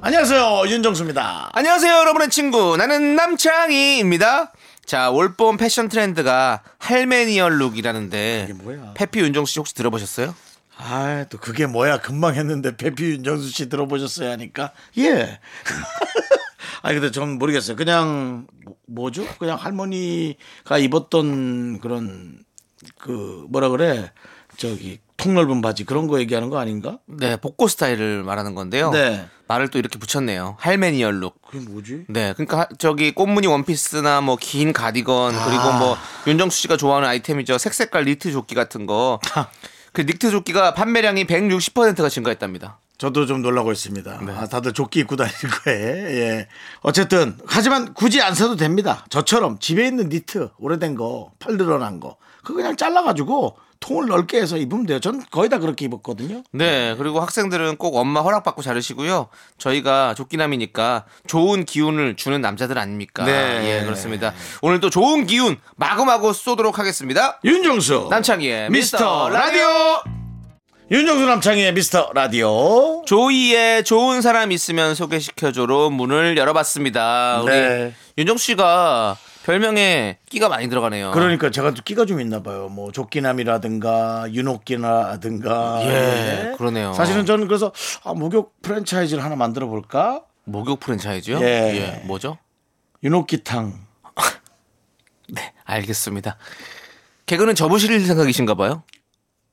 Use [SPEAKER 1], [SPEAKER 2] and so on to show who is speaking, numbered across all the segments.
[SPEAKER 1] 안녕하세요 윤정수입니다.
[SPEAKER 2] 안녕하세요, 여러분의 친구. 나는 남창희입니다. 자, 올봄 패션 트렌드가 할메니얼 룩이라는데.
[SPEAKER 1] 이게 뭐야?
[SPEAKER 2] 페피 윤정수 씨 혹시 들어보셨어요?
[SPEAKER 1] 아 또 그게 뭐야 금방 했는데 페피 윤정수 씨 들어보셨어요 하니까 예. 아 근데 전 모르겠어요. 그냥 뭐- 뭐죠? 그냥 할머니가 입었던 그런 그 뭐라 그래 저기 통넓은 바지 그런 거 얘기하는 거 아닌가?
[SPEAKER 2] 네, 복고 스타일을 말하는 건데요.
[SPEAKER 1] 네.
[SPEAKER 2] 말을 또 이렇게 붙였네요. 할메니얼 룩.
[SPEAKER 1] 그게 뭐지?
[SPEAKER 2] 네, 그러니까 하- 저기 꽃무늬 원피스나 뭐 긴 가디건
[SPEAKER 1] 아.
[SPEAKER 2] 그리고 뭐 윤정수 씨가 좋아하는 아이템이죠. 색색깔 니트 조끼 같은 거.
[SPEAKER 1] 아.
[SPEAKER 2] 그 니트 조끼가 판매량이 160%가 증가했답니다.
[SPEAKER 1] 저도 좀 놀라고 있습니다. 아, 다들 조끼 입고 다닐 거예요. 예. 어쨌든 하지만 굳이 안 사도 됩니다. 저처럼 집에 있는 니트 오래된 거, 팔 늘어난 거 그거 그냥 잘라가지고 통을 넓게 해서 입으면 돼요. 전 거의 다 그렇게 입었거든요.
[SPEAKER 2] 네, 그리고 학생들은 꼭 엄마 허락받고 자르시고요. 저희가 조끼남이니까 좋은 기운을 주는 남자들 아닙니까?
[SPEAKER 1] 네.
[SPEAKER 2] 예, 그렇습니다. 오늘 또 좋은 기운 마구마구 쏘도록 하겠습니다.
[SPEAKER 1] 윤정수
[SPEAKER 2] 남창희의
[SPEAKER 1] 미스터
[SPEAKER 2] 미스터
[SPEAKER 1] 라디오. 윤정수 남창희의 미스터 라디오.
[SPEAKER 2] 조이의 좋은 사람 있으면 소개시켜줘로 문을 열어봤습니다. 우리
[SPEAKER 1] 네.
[SPEAKER 2] 윤정수 씨가 별명에 끼가 많이 들어가네요.
[SPEAKER 1] 그러니까 제가 또 끼가 좀 있나 봐요. 뭐 조끼남이라든가 윤옥끼나라든가.
[SPEAKER 2] 예, 그러네요.
[SPEAKER 1] 사실은 저는 그래서 아, 목욕 프랜차이즈를 하나 만들어 볼까?
[SPEAKER 2] 목욕 프랜차이즈요?
[SPEAKER 1] 예.
[SPEAKER 2] 예. 뭐죠?
[SPEAKER 1] 윤옥기탕.
[SPEAKER 2] 네, 알겠습니다. 개그는 접으실 생각이신가 봐요?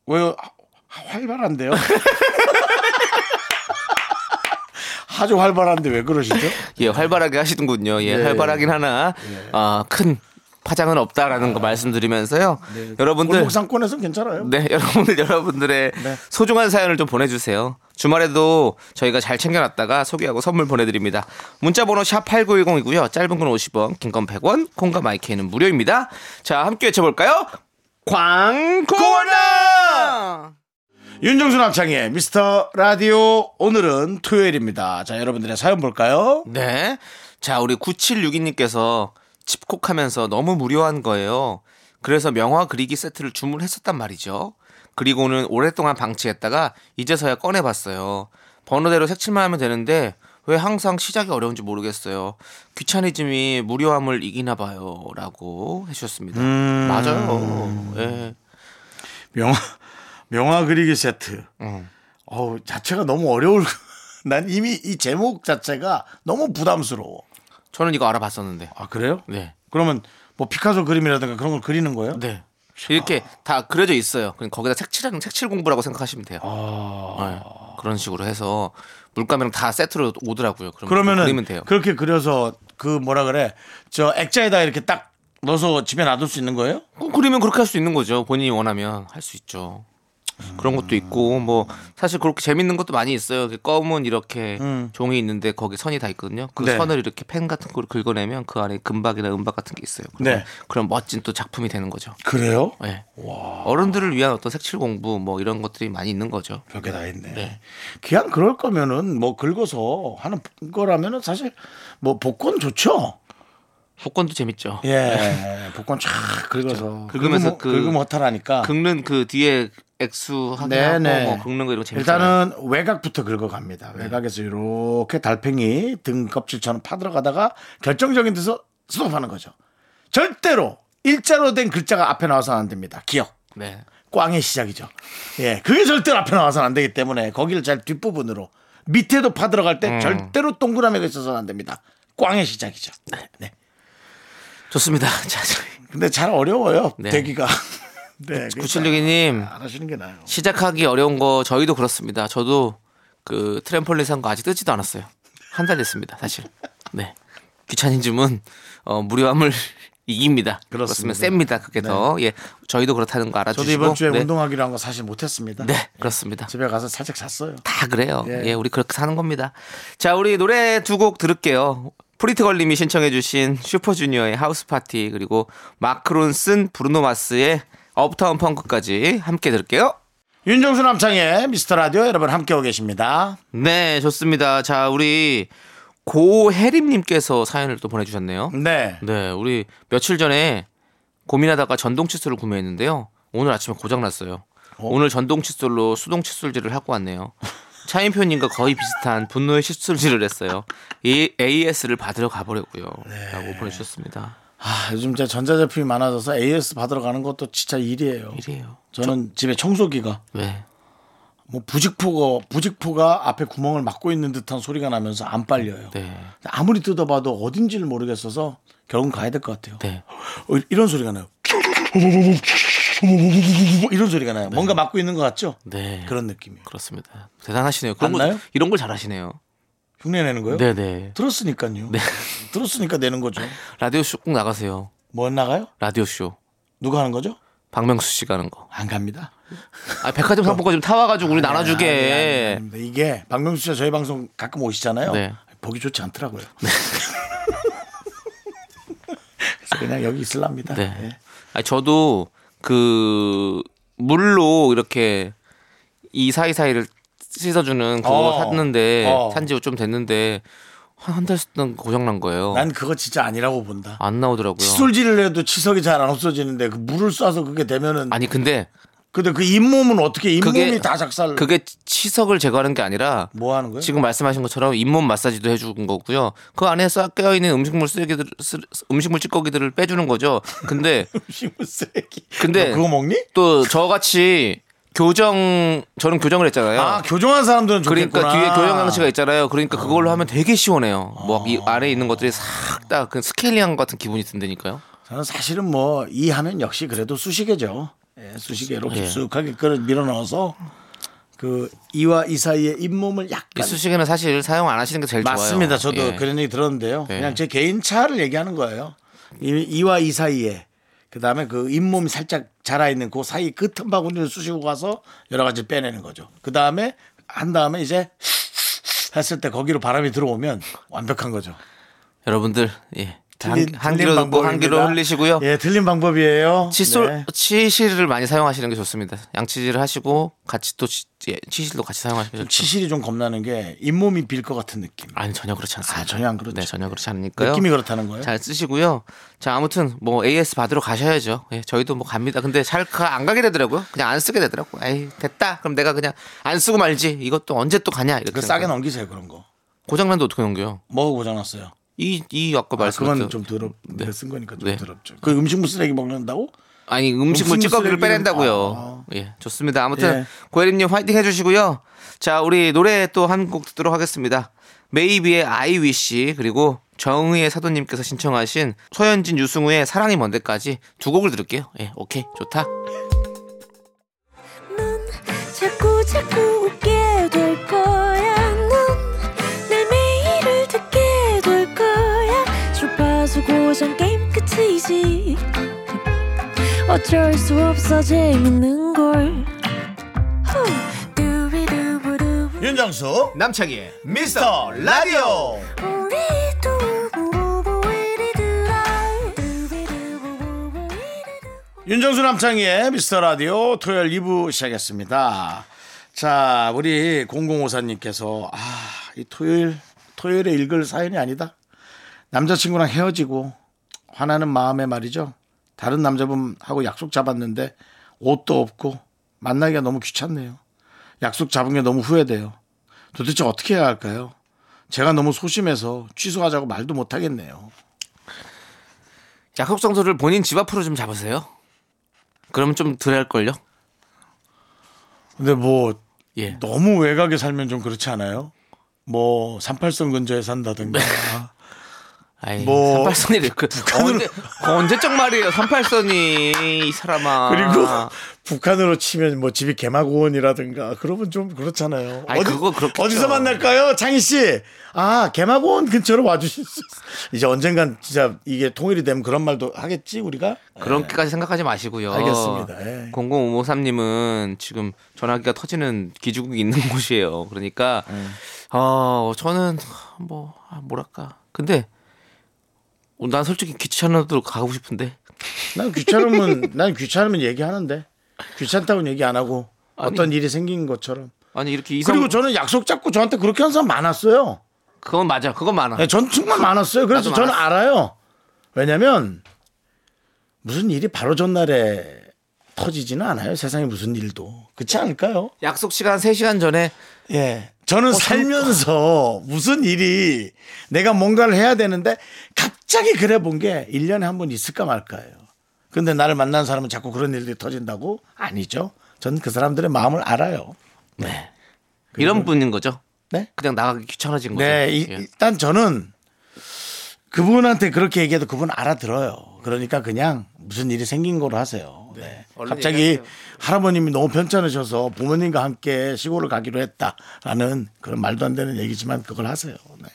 [SPEAKER 1] 왜요? 아, 활발한데요? 아주 활발한데 왜 그러시죠?
[SPEAKER 2] 예, 활발하게 하시는군요.
[SPEAKER 1] 네.
[SPEAKER 2] 예, 활발하긴 하나 아, 큰 파장은 없다라는
[SPEAKER 1] 아.
[SPEAKER 2] 거 말씀드리면서요.
[SPEAKER 1] 네.
[SPEAKER 2] 여러분들
[SPEAKER 1] 골목상권에서는 괜찮아요.
[SPEAKER 2] 네, 여러분들 여러분들의
[SPEAKER 1] 네.
[SPEAKER 2] 소중한 사연을 좀 보내주세요. 주말에도 저희가 잘 챙겨놨다가 소개하고 선물 보내드립니다. 문자번호 샵 8910이고요. 짧은 건 50원, 긴 건 100원, 콩과 마이크는 무료입니다. 자, 함께 외쳐볼까요? 광고나!
[SPEAKER 1] 윤정수 남창의 미스터 라디오 오늘은 토요일입니다. 자, 여러분들의 사연 볼까요?
[SPEAKER 2] 네. 자, 우리 9762님께서 칩콕하면서 너무 무료한 거예요. 그래서 명화 그리기 세트를 주문했었단 말이죠. 그리고는 오랫동안 방치했다가 이제서야 꺼내봤어요. 번호대로 색칠만 하면 되는데 왜 항상 시작이 어려운지 모르겠어요. 귀차니즘이 무료함을 이기나 봐요. 라고 해주셨습니다. 맞아요. 예.
[SPEAKER 1] 명화, 명화 그리기 세트.
[SPEAKER 2] 음.
[SPEAKER 1] 어우, 자체가 너무 어려울. 난 이미 이 제목 자체가 너무 부담스러워.
[SPEAKER 2] 저는 이거 알아봤었는데.
[SPEAKER 1] 아, 그래요?
[SPEAKER 2] 네.
[SPEAKER 1] 그러면 뭐 피카소 그림이라든가 그런 걸 그리는 거예요?
[SPEAKER 2] 네. 이렇게 다 그려져 있어요. 그럼 거기다 색칠하는 색칠 공부라고 생각하시면 돼요.
[SPEAKER 1] 아.
[SPEAKER 2] 네. 그런 식으로 해서 물감이랑 다 세트로 오더라고요. 그럼
[SPEAKER 1] 음, 그러면은
[SPEAKER 2] 그리면 돼요.
[SPEAKER 1] 그렇게 그려서 그 뭐라 그래 저 액자에다 이렇게 딱 넣어서 집에 놔둘 수 있는 거예요?
[SPEAKER 2] 꼭 그리면 그렇게 할 수 있는 거죠. 본인이 원하면 할 수 있죠. 그런 것도 있고 뭐 사실 그렇게 재밌는 것도 많이 있어요. 이렇게 검은 이렇게 종이 있는데 거기 선이 다 있거든요. 그
[SPEAKER 1] 음. 네.
[SPEAKER 2] 선을 이렇게 펜 같은 걸로 긁어내면 그 안에 금박이나 은박 같은 게 있어요. 그럼,
[SPEAKER 1] 네.
[SPEAKER 2] 그럼 멋진 또 작품이 되는 거죠.
[SPEAKER 1] 그래요?
[SPEAKER 2] 예. 어른들을 위한 어떤 색칠 공부 뭐 이런 것들이 많이 있는 거죠.
[SPEAKER 1] 별게 다 있네. 그냥 그럴 거면은 뭐 긁어서 하는 거라면은 사실 뭐 복권 좋죠.
[SPEAKER 2] 복권도 재밌죠.
[SPEAKER 1] 예, 복권 쫙 긁어서
[SPEAKER 2] 긁으면서
[SPEAKER 1] 긁으면-
[SPEAKER 2] 그-
[SPEAKER 1] 긁으면 허탈하니까.
[SPEAKER 2] 긁는 그 뒤에 액수 하게
[SPEAKER 1] 네네.
[SPEAKER 2] 하고 뭐 긁는 거 이런 거 재밌잖아요.
[SPEAKER 1] 일단은 외곽부터 긁어갑니다. 외곽에서 이렇게 달팽이 등 껍질처럼 파들어가다가 결정적인 데서 스톱하는 거죠. 절대로 일자로 된 글자가 앞에 나와서는 안 됩니다. 기억.
[SPEAKER 2] 네.
[SPEAKER 1] 꽝의 시작이죠. 예, 그게 절대로 앞에 나와서는 안 되기 때문에 거기를 잘 뒷부분으로 밑에도 파들어갈
[SPEAKER 2] 음.
[SPEAKER 1] 때 절대로 동그라미가 있어서는 안 됩니다. 꽝의 시작이죠. 네.
[SPEAKER 2] 좋습니다. 자, 저희
[SPEAKER 1] 근데 잘 어려워요.
[SPEAKER 2] 네.
[SPEAKER 1] 대기가. 네. 그러니까
[SPEAKER 2] 9762님
[SPEAKER 1] 안 하시는 게 나아요.
[SPEAKER 2] 시작하기 어려운 거 저희도 그렇습니다. 저도 그 트램폴린 산 거 아직 뜨지도 않았어요. 한 달 됐습니다. 사실. 네. 귀차니즘은 어, 무료함을 이깁니다.
[SPEAKER 1] 그렇습니다. 네.
[SPEAKER 2] 셉니다. 그게 더. 예. 저희도 그렇다는 거 알아주시고.
[SPEAKER 1] 저도 이번 주에
[SPEAKER 2] 네.
[SPEAKER 1] 운동하기로 한 거 사실 못했습니다.
[SPEAKER 2] 네, 그렇습니다.
[SPEAKER 1] 집에 가서 살짝 잤어요.
[SPEAKER 2] 다 그래요.
[SPEAKER 1] 예.
[SPEAKER 2] 예. 우리 그렇게 사는 겁니다. 자, 우리 노래 두 곡 들을게요. 프리트걸님이 신청해주신 슈퍼주니어의 하우스파티 그리고 마크론슨 브루노마스의 업타운 펑크까지 함께 들을게요.
[SPEAKER 1] 윤정수 남창의 미스터 라디오 여러분 함께하고 계십니다.
[SPEAKER 2] 네, 좋습니다. 자, 우리 고혜림님께서 사연을 또 보내주셨네요.
[SPEAKER 1] 네.
[SPEAKER 2] 네, 우리 며칠 전에 고민하다가 전동 칫솔을 구매했는데요. 오늘 아침에 고장 났어요. 오늘 전동 칫솔로 수동 칫솔질을 하고 왔네요. 차인표님과 거의 비슷한 분노의 칫솔질을 했어요. 이 AS를 받으러 가보려고요.라고
[SPEAKER 1] 네.
[SPEAKER 2] 보내주셨습니다.
[SPEAKER 1] 아, 요즘 진짜 전자제품이 많아져서 AS 받으러 가는 것도 진짜 일이에요.
[SPEAKER 2] 이래요. 네,
[SPEAKER 1] 저는 집에 청소기가
[SPEAKER 2] 왜?
[SPEAKER 1] 뭐 부직포가 부직포가 앞에 구멍을 막고 있는 듯한 소리가 나면서 안 빨려요.
[SPEAKER 2] 네,
[SPEAKER 1] 아무리 뜯어봐도 어딘지를 모르겠어서 결국은 가야 될 것 같아요.
[SPEAKER 2] 네.
[SPEAKER 1] 어, 이런 소리가 나요. 이런 소리가 나요. 뭔가 막고 있는 것 같죠?
[SPEAKER 2] 네.
[SPEAKER 1] 그런 느낌이에요.
[SPEAKER 2] 그렇습니다. 대단하시네요. 그런
[SPEAKER 1] 안
[SPEAKER 2] 거,
[SPEAKER 1] 나요?
[SPEAKER 2] 이런 걸 잘하시네요.
[SPEAKER 1] 흉내 내는 거예요?
[SPEAKER 2] 네, 네.
[SPEAKER 1] 들었으니까요. 들었으니까 내는 거죠.
[SPEAKER 2] 라디오 쇼 꼭 나가세요.
[SPEAKER 1] 뭐 나가요?
[SPEAKER 2] 라디오 쇼.
[SPEAKER 1] 누가 하는 거죠?
[SPEAKER 2] 박명수 씨가 하는 거.
[SPEAKER 1] 안 갑니다.
[SPEAKER 2] 아, 백화점 상품권 좀 타와가지고 우리 나눠주게.
[SPEAKER 1] 아니, 네, 아니, 아닙니다. 이게 박명수 씨가 저희 방송 가끔 오시잖아요.
[SPEAKER 2] 네.
[SPEAKER 1] 보기 좋지 않더라고요. 그래서 그냥 여기 있을랍니다.
[SPEAKER 2] 네.
[SPEAKER 1] 예.
[SPEAKER 2] 아 저도 그 물로 이렇게 이 사이 사이를 씻어주는 그거
[SPEAKER 1] 어.
[SPEAKER 2] 샀는데
[SPEAKER 1] 어.
[SPEAKER 2] 산지 좀 됐는데 한 한 달 쓰던 고장 난 거예요.
[SPEAKER 1] 난 그거 진짜 아니라고 본다.
[SPEAKER 2] 안 나오더라고요.
[SPEAKER 1] 칫솔질을 해도 치석이 잘 안 없어지는데 그 물을 쏴서 그게 되면은
[SPEAKER 2] 아니 근데
[SPEAKER 1] 근데 그 잇몸은 어떻게 잇몸이
[SPEAKER 2] 그게
[SPEAKER 1] 다 작살
[SPEAKER 2] 그게 치석을 제거하는 게 아니라
[SPEAKER 1] 뭐 하는 거예요?
[SPEAKER 2] 지금 말씀하신 것처럼 잇몸 마사지도 해준 거고요. 그 안에 싹 깨어 있는 음식물 쓰레기들 쓰, 음식물 찌꺼기들을 빼주는 거죠. 근데
[SPEAKER 1] 음식물 쓰레기.
[SPEAKER 2] 근데 네.
[SPEAKER 1] 너 그거 먹니?
[SPEAKER 2] 또 저같이 교정 저는 교정을 했잖아요.
[SPEAKER 1] 아 교정한 사람들은
[SPEAKER 2] 그러니까
[SPEAKER 1] 좋겠구나. 어.
[SPEAKER 2] 뒤에 교형 장치가 있잖아요. 그러니까 그걸로 하면 되게 시원해요. 뭐 이 아래에 있는 것들이 싹 다 그 스케일링한 것 같은 기분이 든다니까요.
[SPEAKER 1] 저는 사실은 뭐 이 하면 역시 그래도 수시개죠. 예, 수시개로
[SPEAKER 2] 예.
[SPEAKER 1] 깊숙하게 그걸 밀어 넣어서 그 이와 이 사이에 잇몸을
[SPEAKER 2] 이
[SPEAKER 1] 약간
[SPEAKER 2] 수식에는 사실 사용 안 하시는 게 제일
[SPEAKER 1] 그러니까 맞습니다.
[SPEAKER 2] 좋아요.
[SPEAKER 1] 저도
[SPEAKER 2] 예.
[SPEAKER 1] 그런 얘기 들었는데요.
[SPEAKER 2] 예.
[SPEAKER 1] 그냥 제 개인 차를 얘기하는 거예요. 이, 이와 이 사이에 그다음에 그 잇몸이 살짝 자라 있는 그 사이 끝한 바구니를 쑤시고 가서 여러 가지 빼내는 거죠. 그다음에 한 다음에 이제 했을 때 거기로 바람이 들어오면 완벽한 거죠.
[SPEAKER 2] 여러분들 예. 한,
[SPEAKER 1] 틀린-
[SPEAKER 2] 한
[SPEAKER 1] 틀린
[SPEAKER 2] 귀로 듣고 한
[SPEAKER 1] 방법입니다.
[SPEAKER 2] 귀로 흘리시고요.
[SPEAKER 1] 예, 틀린 방법이에요.
[SPEAKER 2] 칫솔
[SPEAKER 1] 네.
[SPEAKER 2] 치실을 많이 사용하시는 게 좋습니다. 양치질을 하시고 같이 또 치, 예, 치실도 같이 사용하시면 좋죠.
[SPEAKER 1] 치실이 좀 겁나는 게 잇몸이 빌 것 같은 느낌.
[SPEAKER 2] 아니 전혀 그렇지 않습니다.
[SPEAKER 1] 아, 전혀 안 그렇죠.
[SPEAKER 2] 네, 전혀 그렇지 않으니까요.
[SPEAKER 1] 느낌이 그렇다는 거예요.
[SPEAKER 2] 잘 쓰시고요. 자, 아무튼 뭐 AS 받으러 가셔야죠. 예, 저희도 뭐 갑니다. 근데 잘 안 가게 되더라고요. 그냥 안 쓰게 되더라고요. 에이, 됐다. 그럼 내가 그냥 안 쓰고 말지. 이것도 언제 또 가냐. 이렇게
[SPEAKER 1] 그 싸게
[SPEAKER 2] 생각해요.
[SPEAKER 1] 넘기세요 그런 거.
[SPEAKER 2] 고장난데 어떻게 넘겨요?
[SPEAKER 1] 먹어 고장났어요.
[SPEAKER 2] 이, 이 아까
[SPEAKER 1] 아,
[SPEAKER 2] 말씀하신
[SPEAKER 1] 그건 좀 더럽. 내가 쓴 거니까 좀
[SPEAKER 2] 네.
[SPEAKER 1] 더럽죠. 그 음식물 쓰레기 먹는다고?
[SPEAKER 2] 아니, 음식물
[SPEAKER 1] 음식물
[SPEAKER 2] 찌꺼기를
[SPEAKER 1] 쓰레기는- 아,
[SPEAKER 2] 빼낸다고요. 예, 좋습니다. 아무튼
[SPEAKER 1] 예.
[SPEAKER 2] 고혜림님 화이팅 해주시고요. 자, 우리 노래 또 한 곡 듣도록 하겠습니다. 메이비의 아이 위시 그리고 정의의 사도님께서 신청하신 서현진 유승우의 사랑이 뭔데까지 두 곡을 들을게요. 예, 오케이, 좋다.
[SPEAKER 3] 넌 자꾸 자꾸 웃게 될 거야. 넌내 매일을 듣게 될 거야. 주파수 고정 게임 끝이지. 어쩔 수 없어 재밌는 걸. 후. 두비두부두.
[SPEAKER 1] 윤정수
[SPEAKER 2] 남창희의
[SPEAKER 1] 미스터 라디오
[SPEAKER 3] 우리 두부부부 우리들아. 두비두부부부 우리들아.
[SPEAKER 1] 윤정수 남창희의 미스터 라디오 토요일 2부 시작했습니다. 자 우리 0054님께서 아 이 토요일 토요일에 읽을 사연이 아니다. 남자친구랑 헤어지고 화나는 마음에 말이죠. 다른 남자분하고 약속 잡았는데 옷도 없고 만나기가 너무 귀찮네요. 약속 잡은 게 너무 후회돼요. 도대체 어떻게 해야 할까요? 제가 너무 소심해서 취소하자고 말도 못하겠네요.
[SPEAKER 2] 약속 장소를 본인 집 앞으로 좀 잡으세요. 그러면 좀 덜 할걸요?
[SPEAKER 1] 근데 뭐
[SPEAKER 2] 예.
[SPEAKER 1] 너무
[SPEAKER 2] 아.
[SPEAKER 1] 외곽에 살면 좀 그렇지 않아요? 뭐 38선 근처에 산다든가
[SPEAKER 2] 아이,
[SPEAKER 1] 뭐,
[SPEAKER 2] 38선이 그
[SPEAKER 1] 북한으로-
[SPEAKER 2] 언제 언제적 말이에요. 38선이 이 사람아.
[SPEAKER 1] 그리고 북한으로 치면 뭐 집이 개마고원이라든가 그러면 좀 그렇잖아요.
[SPEAKER 2] 아이, 그거 그렇겠죠.
[SPEAKER 1] 어디서 만날까요, 장희 씨? 아 개마고원 근처로 와주실 수 있- 이제 언젠간 진짜 이게 통일이 되면 그런 말도 하겠지 우리가.
[SPEAKER 2] 그런게까지 생각하지 마시고요.
[SPEAKER 1] 알겠습니다. 예.
[SPEAKER 2] 00553님은 지금 전화기가 터지는 기지국이 있는 곳이에요. 그러니까
[SPEAKER 1] 예.
[SPEAKER 2] 어 저는 뭐 아, 뭐랄까. 근데 어, 난 솔직히 귀찮아도 가고 싶은데.
[SPEAKER 1] 난 귀찮으면 난 귀찮으면 얘기하는데 귀찮다고는 얘기 안 하고 어떤 일이 생긴 것처럼.
[SPEAKER 2] 아니 이렇게 이상
[SPEAKER 1] 그리고 저는 약속 잡고 저한테 그렇게 한 사람 많았어요.
[SPEAKER 2] 그건 맞아. 그건 많아.
[SPEAKER 1] 네, 전 정말 많았어요. 그래서
[SPEAKER 2] 나도
[SPEAKER 1] 저는 알아요. 왜냐면 무슨 일이 바로 전날에 터지지는 않아요. 세상에 무슨 일도. 그렇지 않을까요?
[SPEAKER 2] 약속 시간 3시간 전에
[SPEAKER 1] 예. 저는 살면서 무슨 일이 내가 뭔가를 해야 되는데 갑자기 그래 본 게 1년에 한 번 있을까 말까예요. 근데 나를 만난 사람은 자꾸 그런 일들이 터진다고? 아니죠. 저는 그 사람들의 마음을 알아요.
[SPEAKER 2] 네. 이런 분인 거죠.
[SPEAKER 1] 네?
[SPEAKER 2] 그냥 나가기 귀찮아진 거죠.
[SPEAKER 1] 네, 이-
[SPEAKER 2] 예.
[SPEAKER 1] 일단 저는 그분한테 그렇게 얘기해도 그분 알아들어요. 그러니까 그냥 무슨 일이 생긴 거로 하세요. 네.
[SPEAKER 2] 얼른
[SPEAKER 1] 갑자기
[SPEAKER 2] 얘기하세요.
[SPEAKER 1] 할아버님이 너무 편찮으셔서 부모님과 함께 시골을 가기로 했다라는 그런 말도 안 되는 얘기지만 그걸 하세요. 네.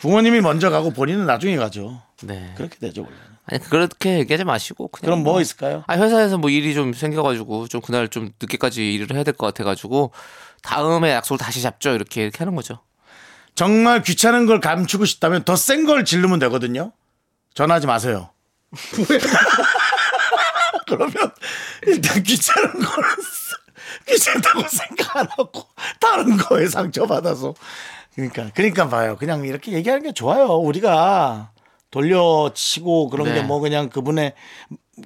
[SPEAKER 1] 부모님이 먼저 가고 본인은 나중에 가죠.
[SPEAKER 2] 네.
[SPEAKER 1] 그렇게 되죠. 원래.
[SPEAKER 2] 아니 그렇게 얘기하지 마시고 그냥
[SPEAKER 1] 그럼 뭐 있을까요?
[SPEAKER 2] 아 회사에서 뭐 일이 좀 생겨가지고 좀 그날 좀 늦게까지 일을 해야 될 것 같아가지고 다음에 약속을 다시 잡죠 이렇게 이렇게 하는 거죠.
[SPEAKER 1] 정말 귀찮은 걸 감추고 싶다면 더 센 걸 질르면 되거든요. 전화하지 마세요. 그러면 일단 귀찮은 걸 귀찮다고 생각 안 하고 다른 거에 상처받아서 그러니까 그러니까 봐요. 그냥 이렇게 얘기하는 게 좋아요. 우리가 돌려치고 그런
[SPEAKER 2] 네.
[SPEAKER 1] 게 뭐 그냥 그분의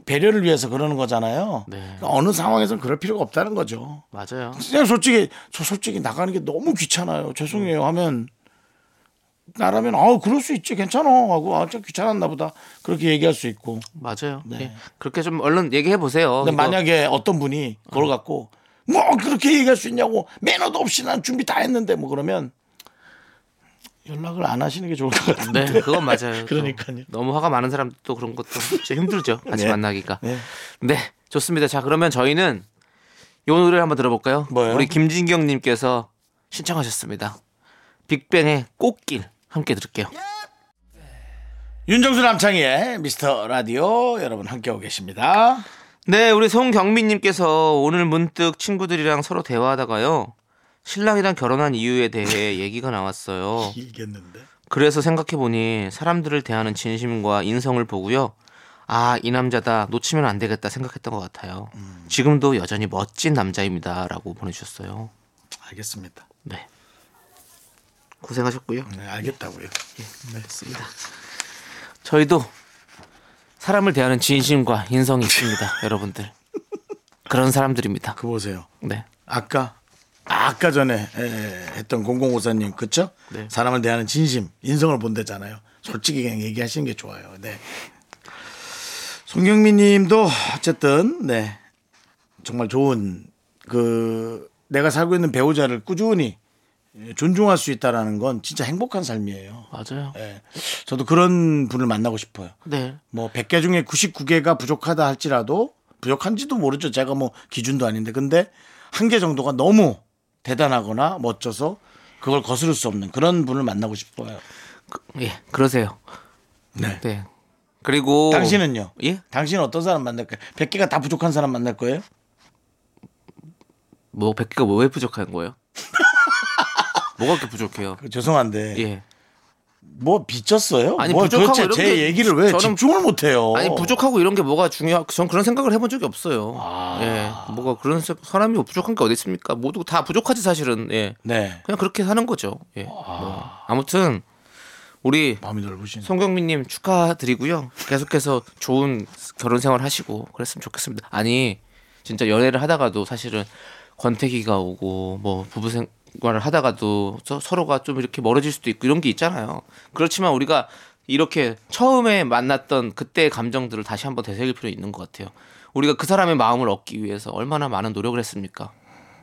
[SPEAKER 1] 배려를 위해서 그러는 거잖아요.
[SPEAKER 2] 네.
[SPEAKER 1] 그러니까 어느 상황에서는 그럴 필요가 없다는 거죠.
[SPEAKER 2] 맞아요.
[SPEAKER 1] 그냥 솔직히 저 솔직히 나가는 게 너무 귀찮아요. 죄송해요 하면 나라면 아 그럴 수 있지 괜찮아 하고 아진 귀찮았나 보다 그렇게 얘기할 수 있고
[SPEAKER 2] 맞아요. 예. 그렇게 좀 얼른 얘기해 보세요.
[SPEAKER 1] 네. 근데 만약에 어떤 분이 그걸 갖고 뭐 그렇게 얘기할 수 있냐고 매너도 없이 난 준비 다 했는데 뭐 그러면 연락을 안 하시는 게 좋을 것 같은데
[SPEAKER 2] 네, 그건 맞아요. 또
[SPEAKER 1] 그러니까요.
[SPEAKER 2] 너무 화가 많은 사람도 그런 것도 진짜 힘들죠. 같이
[SPEAKER 1] 네.
[SPEAKER 2] 만나기가.
[SPEAKER 1] 네.
[SPEAKER 2] 네. 좋습니다. 자, 그러면 저희는 요 노래 한번 들어볼까요?
[SPEAKER 1] 뭐요?
[SPEAKER 2] 우리 김진경님께서 신청하셨습니다. 빅뱅의 꽃길 함께 들을게요.
[SPEAKER 1] 윤정수 남창희의 미스터 라디오 여러분 함께하고 계십니다
[SPEAKER 2] 네, 우리 송경민님께서 오늘 문득 친구들이랑 서로 대화하다가요. 신랑이랑 결혼한 이유에 대해 얘기가 나왔어요.
[SPEAKER 1] 길겠는데
[SPEAKER 2] 그래서 생각해보니 사람들을 대하는 진심과 인성을 보고요. 아, 이 남자다. 놓치면 안 되겠다 생각했던 것 같아요.
[SPEAKER 1] 음.
[SPEAKER 2] 지금도 여전히 멋진 남자입니다. 라고 보내주셨어요.
[SPEAKER 1] 알겠습니다
[SPEAKER 2] 네. 고생하셨고요.
[SPEAKER 1] 네, 알겠다고요
[SPEAKER 2] 저희도 사람을 대하는 진심과 인성이 있습니다. 여러분들. 그런 사람들입니다.
[SPEAKER 1] 그 보세요
[SPEAKER 2] 네.
[SPEAKER 1] 아까 아까 전에 에, 했던 0054님 그쵸?
[SPEAKER 2] 네.
[SPEAKER 1] 사람을 대하는 진심 인성을 본대잖아요. 솔직히 그냥 얘기하시는 게 좋아요. 네. 송경민님도 어쨌든 네 정말 좋은 그 내가 살고 있는 배우자를 꾸준히 존중할 수 있다라는 건 진짜 행복한 삶이에요.
[SPEAKER 2] 맞아요.
[SPEAKER 1] 예. 저도 그런 분을 만나고 싶어요.
[SPEAKER 2] 네.
[SPEAKER 1] 뭐 100개 중에 99개가 부족하다 할지라도 부족한지도 모르죠. 제가 뭐 기준도 아닌데 근데 한 개 정도가 너무 대단하거나 멋져서 그걸 거스를 수 없는 그런 분을 만나고 싶어요.
[SPEAKER 2] 예, 그러세요.
[SPEAKER 1] 네.
[SPEAKER 2] 네. 그리고
[SPEAKER 1] 당신은요?
[SPEAKER 2] 예?
[SPEAKER 1] 당신은 어떤 사람 만날까요? 100개가 다 부족한 사람 만날 거예요?
[SPEAKER 2] 뭐 100개가 뭐에 부족한 거예요? 뭐가 그렇게 부족해요?
[SPEAKER 1] 그 죄송한데
[SPEAKER 2] 예.
[SPEAKER 1] 뭐 비쳤어요?
[SPEAKER 2] 아니,
[SPEAKER 1] 뭐
[SPEAKER 2] 부족하고
[SPEAKER 1] 도대체
[SPEAKER 2] 이런
[SPEAKER 1] 제
[SPEAKER 2] 게
[SPEAKER 1] 얘기를 왜
[SPEAKER 2] 저는-
[SPEAKER 1] 집중을 못해요?
[SPEAKER 2] 아니 부족하고 이런 게 뭐가 중요하? 전 그런 생각을 해본 적이 없어요.
[SPEAKER 1] 아.
[SPEAKER 2] 예, 뭐가 그런 세- 사람이 부족한 게 어디 있습니까? 모두 다 부족하지 사실은. 예,
[SPEAKER 1] 네.
[SPEAKER 2] 그냥 그렇게 사는 거죠. 예.
[SPEAKER 1] 아.
[SPEAKER 2] 뭐. 아무튼 우리
[SPEAKER 1] 마음이 넓으신.
[SPEAKER 2] 송경민님 축하드리고요. 계속해서 좋은 결혼 생활 하시고 그랬으면 좋겠습니다. 아니 진짜 연애를 하다가도 사실은 권태기가 오고 뭐 부부 생활을 하다가도 서, 서로가 좀 이렇게 멀어질 수도 있고 이런 게 있잖아요. 그렇지만 우리가 이렇게 처음에 만났던 그때의 감정들을 다시 한번 되새길 필요 있는 것 같아요. 우리가 그 사람의 마음을 얻기 위해서 얼마나 많은 노력을 했습니까?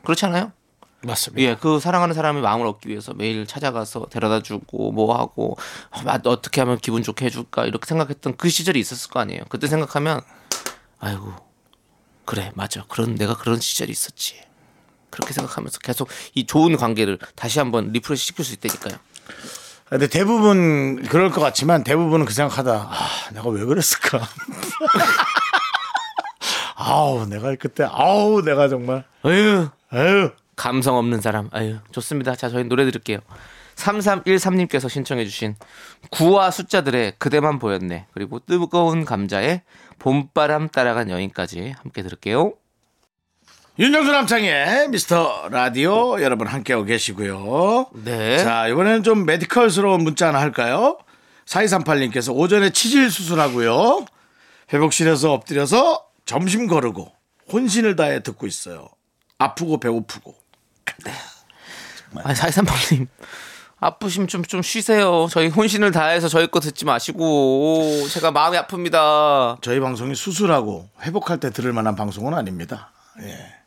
[SPEAKER 2] 그렇지 않아요?
[SPEAKER 4] 맞습니다.
[SPEAKER 2] 예, 그 사랑하는 사람의 마음을 얻기 위해서 매일 찾아가서 데려다주고 뭐 하고 아, 나 어떻게 하면 기분 좋게 해줄까 이렇게 생각했던 그 시절이 있었을 거 아니에요. 그때 생각하면 아이고 그래 맞아 그런 내가 그런 시절이 있었지. 그렇게 생각하면서 계속 이 좋은 관계를 다시 한번 리프레시 시킬 수 있다니까요.
[SPEAKER 1] 아, 근데 대부분 그럴 것 같지만 대부분은 그 생각하다. 아, 내가 왜 그랬을까? 아우, 내가 그때 아우, 내가 정말
[SPEAKER 2] 아유
[SPEAKER 1] 아유.
[SPEAKER 2] 감성 없는 사람. 아유, 좋습니다. 자, 저희 노래 들을게요. 3313님께서 신청해주신 구와 숫자들의 그대만 보였네. 그리고 뜨거운 감자의 봄바람 따라간 여인까지 함께 들을게요.
[SPEAKER 1] 윤정수 남창의 미스터 라디오 여러분 함께하고 계시고요.
[SPEAKER 2] 네.
[SPEAKER 1] 자, 이번에는 좀 메디컬스러운 문자 하나 할까요? 4238님께서 오전에 치질 수술하고요. 회복실에서 엎드려서 점심 거르고 혼신을 다해 듣고 있어요. 아프고 배고프고.
[SPEAKER 2] 아니, 사이삼방님. 아프시면 좀, 좀 쉬세요. 저희 혼신을 다해서 저희 거 듣지 마시고. 제가 마음이 아픕니다.
[SPEAKER 1] 저희 방송이 수술하고 회복할 때 들을 만한 방송은 아닙니다.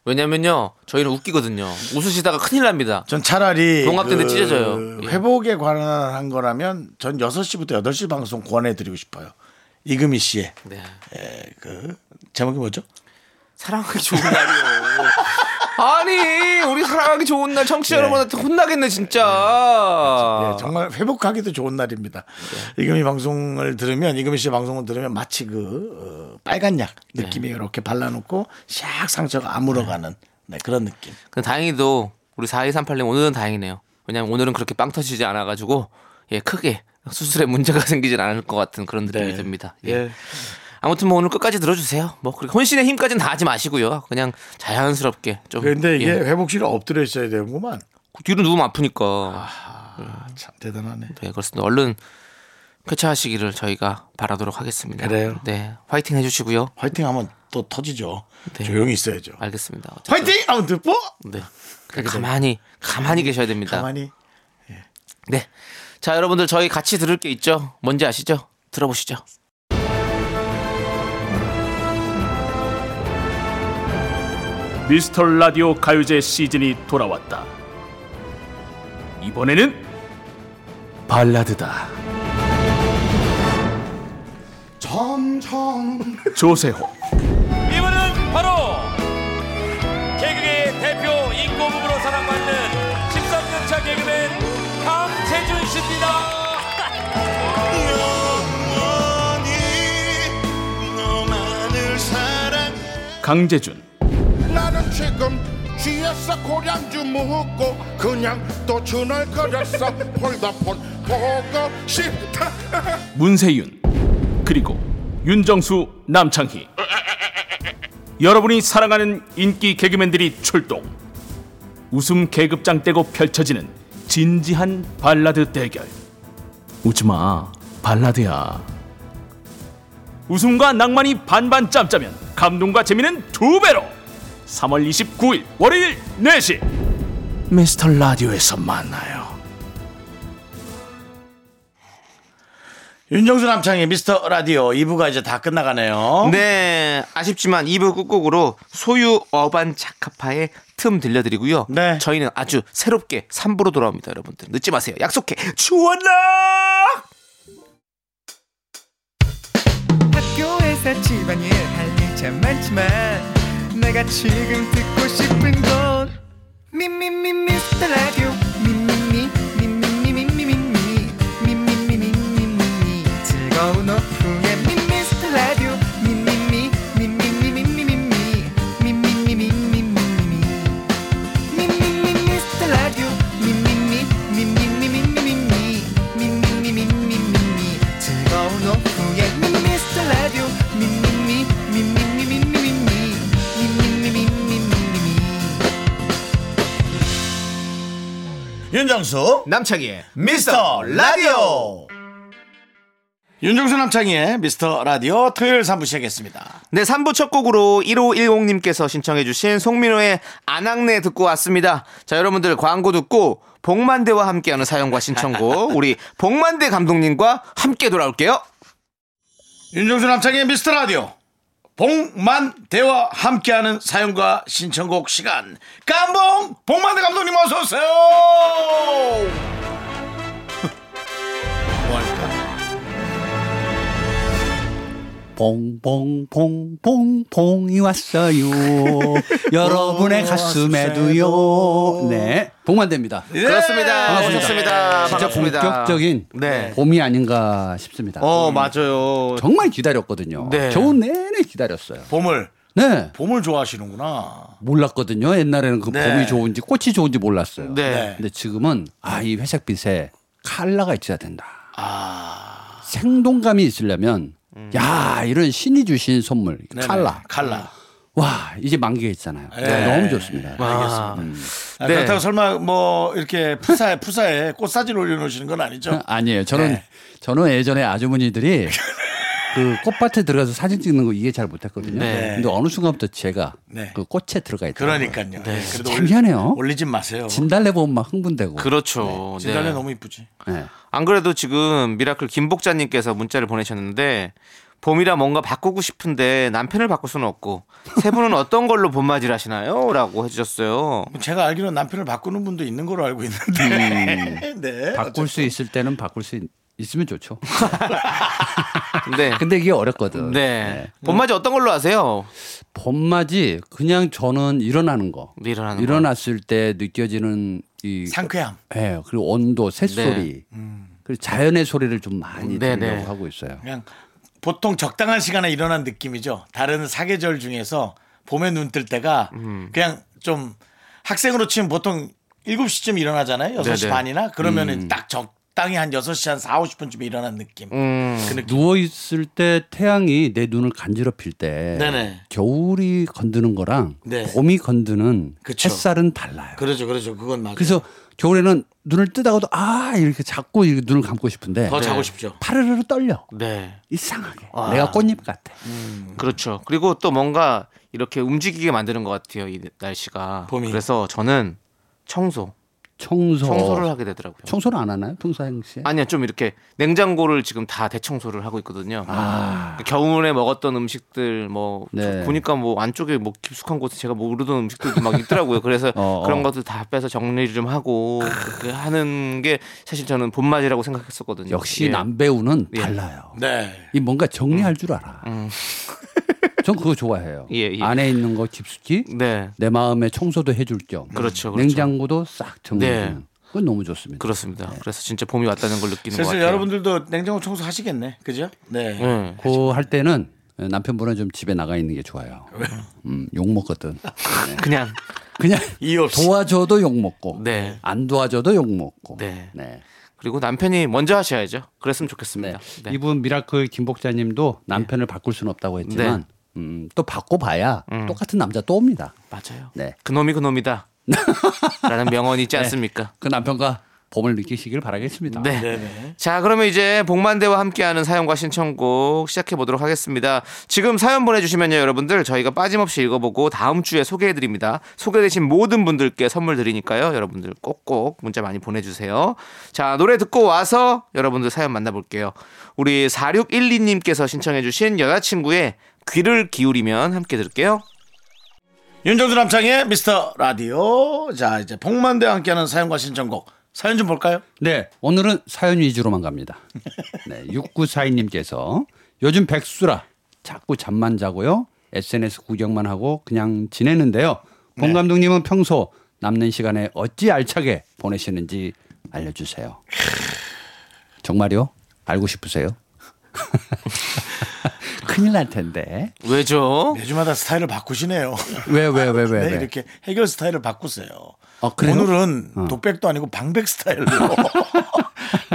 [SPEAKER 2] 왜냐면요, 저희는 웃기거든요. 웃으시다가 큰일 납니다.
[SPEAKER 1] 전 차라리 그
[SPEAKER 2] 종합된데 찢어져요. 예.
[SPEAKER 1] 회복에 관한 거라면 전 6시부터 8시 방송 권해 드리고 싶어요. 이금희 씨의
[SPEAKER 2] 네.
[SPEAKER 1] 에, 그 제목이 뭐죠?
[SPEAKER 2] 사랑하기 좋은 날이요. 아니, 우리 사랑하기 좋은 날 청취자 여러분한테 혼나겠네, 진짜.
[SPEAKER 1] 예, 정말 회복하기도 좋은 날입니다.
[SPEAKER 2] 네.
[SPEAKER 1] 이금희 방송을 들으면 이금희 씨 방송을 들으면 마치 그 어, 빨간 약
[SPEAKER 2] 네.
[SPEAKER 1] 느낌이 이렇게 발라놓고 샥 상처가 아물어가는 네, 그런 느낌.
[SPEAKER 2] 근데 다행히도 우리 4238님 오늘은 다행이네요. 왜냐면 오늘은 그렇게 빵 터지지 않아가지고, 예, 크게 수술에 문제가 생기진 않을 것 같은 그런
[SPEAKER 1] 네.
[SPEAKER 2] 느낌이 듭니다. 예. 아무튼 뭐 오늘 끝까지 들어주세요. 뭐 그렇게 혼신의 힘까지는 다 하지 마시고요. 그냥 자연스럽게 좀.
[SPEAKER 1] 그런데 네, 이게
[SPEAKER 2] 예.
[SPEAKER 1] 회복실에 엎드려 있어야 되는구만.
[SPEAKER 2] 뒤로 누우면 아프니까.
[SPEAKER 1] 참 대단하네.
[SPEAKER 2] 네, 그렇습니다. 얼른 쾌차하시기를 저희가 바라도록 하겠습니다.
[SPEAKER 1] 그래요.
[SPEAKER 2] 네, 화이팅 해주시고요.
[SPEAKER 1] 화이팅 하면 또 터지죠.
[SPEAKER 2] 네.
[SPEAKER 1] 조용히 있어야죠.
[SPEAKER 2] 알겠습니다. 어쨌든
[SPEAKER 1] 화이팅! 하면 듣고
[SPEAKER 2] 네. 가만히 가만히 계셔야 됩니다.
[SPEAKER 1] 가만히
[SPEAKER 2] 네. 자, 여러분들 저희 같이 들을 게 있죠. 뭔지 아시죠? 들어보시죠.
[SPEAKER 5] 미스터 라디오 가요제 시즌이 돌아왔다. 이번에는 발라드다. 점점 조세호
[SPEAKER 6] 이분은 바로 개그의 대표 인고부부로 사랑받는 13년차 개그맨 강재준 씨입니다.
[SPEAKER 5] 강재준
[SPEAKER 7] 나는 지금 취했어 고량주 먹고 그냥 또 중얼거렸어 홀더폰 보고 싶다
[SPEAKER 5] 문세윤 그리고 윤정수 남창희 여러분이 사랑하는 인기 개그맨들이 출동 웃음 계급장 떼고 펼쳐지는 진지한 발라드 대결 웃지마 발라드야 웃음과 낭만이 반반 짬짜면 감동과 재미는 두 배로 3월 29일 월요일 4시 미스터 라디오에서 만나요
[SPEAKER 1] 윤정수 남창의 미스터 라디오 2부가 이제 다 끝나가네요.
[SPEAKER 2] 네. 아쉽지만 2부 끝곡으로 소유 어반 자카파의 틈 들려드리고요.
[SPEAKER 1] 네.
[SPEAKER 2] 저희는 아주 새롭게 3부로 돌아옵니다, 여러분들. 늦지 마세요. 약속해. 주원라!
[SPEAKER 8] 학교에서 집안일 할 일 참 많지만 내가 지금 듣고 싶은 건 미미미 미스터 라디오 미미미 미미미 미미미 미미미 미미미 즐거운 오후에 미스터 라디오 미미미 미미미 미미미 미미미 미미미
[SPEAKER 1] 윤정수
[SPEAKER 2] 남창희의
[SPEAKER 1] 미스터 라디오. 윤정수 남창희의 미스터 라디오 토요일 3부 시작했습니다.
[SPEAKER 2] 네, 3부 첫 곡으로 1510님께서 신청해주신 송민호의 안악내 듣고 왔습니다. 자, 여러분들 광고 듣고 복만대와 함께하는 사연과 신청곡, 우리 복만대 감독님과 함께 돌아올게요.
[SPEAKER 1] 윤정수 남창희의 미스터 라디오 봉만대와 함께하는 사연과 신청곡 시간 깜봉 봉만대 감독님 어서 오세요. 뭐할까?
[SPEAKER 4] 봉봉봉봉봉이 왔어요. 여러분의 가슴에도요. 네, 봉만대입니다.
[SPEAKER 2] 예! 그렇습니다. 예,
[SPEAKER 4] 반갑습니다.
[SPEAKER 2] 오셨습니다.
[SPEAKER 4] 진짜
[SPEAKER 2] 반갑습니다.
[SPEAKER 4] 본격적인
[SPEAKER 2] 네.
[SPEAKER 4] 봄이 아닌가 싶습니다.
[SPEAKER 1] 음.
[SPEAKER 2] 어 맞아요.
[SPEAKER 4] 정말 기다렸거든요.
[SPEAKER 2] 네.
[SPEAKER 4] 겨우 내내 기다렸어요.
[SPEAKER 1] 봄을
[SPEAKER 4] 네,
[SPEAKER 1] 봄을 좋아하시는구나.
[SPEAKER 4] 몰랐거든요. 옛날에는 그
[SPEAKER 1] 네.
[SPEAKER 4] 봄이 좋은지 꽃이 좋은지 몰랐어요.
[SPEAKER 2] 네.
[SPEAKER 4] 근데 지금은 아 이 회색빛에 칼라가 있어야 된다.
[SPEAKER 1] 아 음.
[SPEAKER 4] 생동감이 있으려면 야 이런 신이 주신 선물
[SPEAKER 1] 네네.
[SPEAKER 4] 칼라
[SPEAKER 1] 칼라.
[SPEAKER 4] 와 이제 만개가 있잖아요.
[SPEAKER 1] 네.
[SPEAKER 4] 너무 좋습니다.
[SPEAKER 2] 알겠습니다.
[SPEAKER 1] 아,
[SPEAKER 2] 네.
[SPEAKER 1] 그렇다고 설마 뭐 이렇게 푸사에 푸사에 꽃사진 올려놓으시는 건 아니죠?
[SPEAKER 4] 어, 아니에요. 저는
[SPEAKER 1] 네.
[SPEAKER 4] 저는 예전에 아주머니들이 그 꽃밭에 들어가서 사진 찍는 거 이해 잘 못했거든요.
[SPEAKER 2] 네.
[SPEAKER 4] 근데 어느 순간부터 제가
[SPEAKER 1] 네.
[SPEAKER 4] 그 꽃에 들어가 있다.
[SPEAKER 1] 그러니까요. 네. 그래도
[SPEAKER 4] 참 희한해요.
[SPEAKER 1] 올리진 마세요.
[SPEAKER 4] 진달래 보면 막 흥분되고.
[SPEAKER 2] 그렇죠. 네.
[SPEAKER 1] 진달래 너무 이쁘지.
[SPEAKER 4] 네.
[SPEAKER 2] 안 그래도 지금 미라클 김복자님께서 문자를 보내셨는데 봄이라 뭔가 바꾸고 싶은데 남편을 바꿀 수는 없고 세 분은 어떤 걸로 봄맞이를 하시나요?라고 해주셨어요.
[SPEAKER 1] 제가 알기로 는 남편을 바꾸는 분도 있는 걸로 알고 있는데.
[SPEAKER 2] 음.
[SPEAKER 1] 네.
[SPEAKER 4] 바꿀 수 있을 때는 바꿀 수 있, 으면 좋죠.
[SPEAKER 2] 근데
[SPEAKER 4] 아, 근데 이게 어렵거든.
[SPEAKER 2] 네 봄맞이 어떤 걸로 하세요?
[SPEAKER 4] 봄맞이 그냥 저는 일어나는 거.
[SPEAKER 2] 일어나는 거.
[SPEAKER 4] 일어났을 때 느껴지는 이
[SPEAKER 1] 상쾌함.
[SPEAKER 4] 예, 그리고 온도,
[SPEAKER 1] 네.
[SPEAKER 4] 새소리. 그리고 자연의 소리를 좀 많이
[SPEAKER 2] 네,
[SPEAKER 4] 들으려고
[SPEAKER 2] 네.
[SPEAKER 4] 하고 있어요.
[SPEAKER 1] 그냥 보통 적당한 시간에 일어난 느낌이죠. 다른 사계절 중에서 봄에 눈 뜰 때가
[SPEAKER 2] 음.
[SPEAKER 1] 그냥 좀 학생으로 치면 보통 7시쯤 일어나잖아요. 6시
[SPEAKER 2] 네네. 음.
[SPEAKER 1] 반이나 그러면 은딱 적당히 한 6시 한 4, 50분쯤에 일어난 느낌.
[SPEAKER 2] 음.
[SPEAKER 1] 그 느낌.
[SPEAKER 4] 누워 있을 때 태양이 내 눈을 간지럽힐 때
[SPEAKER 1] 네네.
[SPEAKER 4] 겨울이 건드는 거랑
[SPEAKER 1] 네.
[SPEAKER 4] 봄이 건드는
[SPEAKER 1] 그쵸. 그렇죠.
[SPEAKER 4] 햇살은 달라요.
[SPEAKER 1] 그러죠. 그러죠. 그건 맞아요.
[SPEAKER 4] 그래서 겨울에는 눈을 뜨다가도 아 이렇게 자꾸 이렇게 눈을 감고 싶은데
[SPEAKER 1] 더 자고 싶죠.
[SPEAKER 4] 파르르 떨려
[SPEAKER 2] 네
[SPEAKER 4] 이상하게 내가 꽃잎 같아.
[SPEAKER 2] 그렇죠. 그리고 또 뭔가 이렇게 움직이게 만드는 것 같아요 이 날씨가.
[SPEAKER 1] 봄이.
[SPEAKER 2] 그래서 저는 청소
[SPEAKER 4] 청소
[SPEAKER 2] 청소를 하게 되더라고요.
[SPEAKER 4] 청소를 안 하나요 평상시에?
[SPEAKER 2] 아니요, 좀 이렇게 냉장고를 지금 다 대청소를 하고 있거든요. 겨울에 먹었던 음식들 뭐
[SPEAKER 4] 아. 네.
[SPEAKER 2] 보니까 뭐 안쪽에 뭐 깊숙한 곳에 제가 모르던 음식들도 막 있더라고요. 그래서
[SPEAKER 4] 어, 어.
[SPEAKER 2] 그런 것들 다 빼서 정리를 좀 하고 그렇게 하는 게 사실 저는 봄맞이라고 생각했었거든요.
[SPEAKER 4] 역시
[SPEAKER 2] 예.
[SPEAKER 4] 남 배우는
[SPEAKER 2] 예. 음.
[SPEAKER 4] 달라요.
[SPEAKER 1] 네.
[SPEAKER 4] 이 뭔가 정리할 줄 알아. 전 그거 좋아해요.
[SPEAKER 2] 예, 예.
[SPEAKER 4] 안에 있는 거 집수기
[SPEAKER 2] 네.
[SPEAKER 4] 내 마음의 청소도 해줄 겸
[SPEAKER 2] 그렇죠, 그렇죠.
[SPEAKER 4] 냉장고도 싹 정리해주는
[SPEAKER 2] 네.
[SPEAKER 4] 그건 너무 좋습니다.
[SPEAKER 2] 그렇습니다. 그래서 진짜 봄이 왔다는 걸 느끼는 것
[SPEAKER 1] 슬슬
[SPEAKER 2] 같아요.
[SPEAKER 1] 여러분들도 냉장고 청소 하시겠네. 그죠? 네.
[SPEAKER 2] 예.
[SPEAKER 4] 그 할 때는 남편분은 좀 집에 나가 있는 게 좋아요. 음, 욕 먹거든.
[SPEAKER 2] 그냥
[SPEAKER 4] 그냥
[SPEAKER 1] 이유 없이.
[SPEAKER 4] 도와줘도 욕 먹고,
[SPEAKER 2] 네.
[SPEAKER 4] 안 도와줘도 욕 먹고.
[SPEAKER 2] 네. 그리고 남편이 먼저 하셔야죠. 그랬으면 좋겠습니다. 네.
[SPEAKER 4] 이분 미라클 김복자님도 남편을 바꿀 수는 없다고 했지만
[SPEAKER 2] 네.
[SPEAKER 4] 음, 또 바꿔봐야
[SPEAKER 2] 음.
[SPEAKER 4] 똑같은 남자 또 옵니다.
[SPEAKER 2] 맞아요.
[SPEAKER 4] 네.
[SPEAKER 2] 그놈이 그놈이다. 라는 명언이 있지 않습니까?
[SPEAKER 4] 그 남편과 봄을 느끼시길 바라겠습니다.
[SPEAKER 2] 네. 자, 그러면 이제 복만대와 함께하는 사연과 신청곡 시작해 보도록 하겠습니다. 지금 사연 보내주시면요, 여러분들 저희가 빠짐없이 읽어보고 다음 주에 소개해 드립니다. 소개되신 모든 분들께 선물 드리니까요, 여러분들 꼭꼭 문자 많이 보내주세요. 자, 노래 듣고 와서 여러분들 사연 만나볼게요. 우리 4612님께서 신청해주신 여자친구의 귀를 기울이면 함께 들을게요.
[SPEAKER 1] 윤정수 남창의 미스터 라디오. 자, 이제 복만대와 함께하는 사연과 신청곡. 사연 좀 볼까요?
[SPEAKER 4] 네, 오늘은 사연 위주로만 갑니다. 네, 6942님께서 요즘 백수라 자꾸 잠만 자고요. SNS 구경만 하고 그냥 지내는데요. 봉 감독님은 평소 남는 시간에 어찌 알차게 보내시는지 알려주세요. 정말요? 알고 싶으세요? 큰일 날 텐데.
[SPEAKER 2] 왜죠?
[SPEAKER 1] 매주마다 스타일을 바꾸시네요.
[SPEAKER 4] 왜, 왜, 왜, 왜,
[SPEAKER 1] 네,
[SPEAKER 4] 왜?
[SPEAKER 1] 이렇게 해결 스타일을 바꾸세요.
[SPEAKER 4] 아, 그래요?
[SPEAKER 1] 오늘은
[SPEAKER 4] 어.
[SPEAKER 1] 독백도 아니고 방백 스타일로.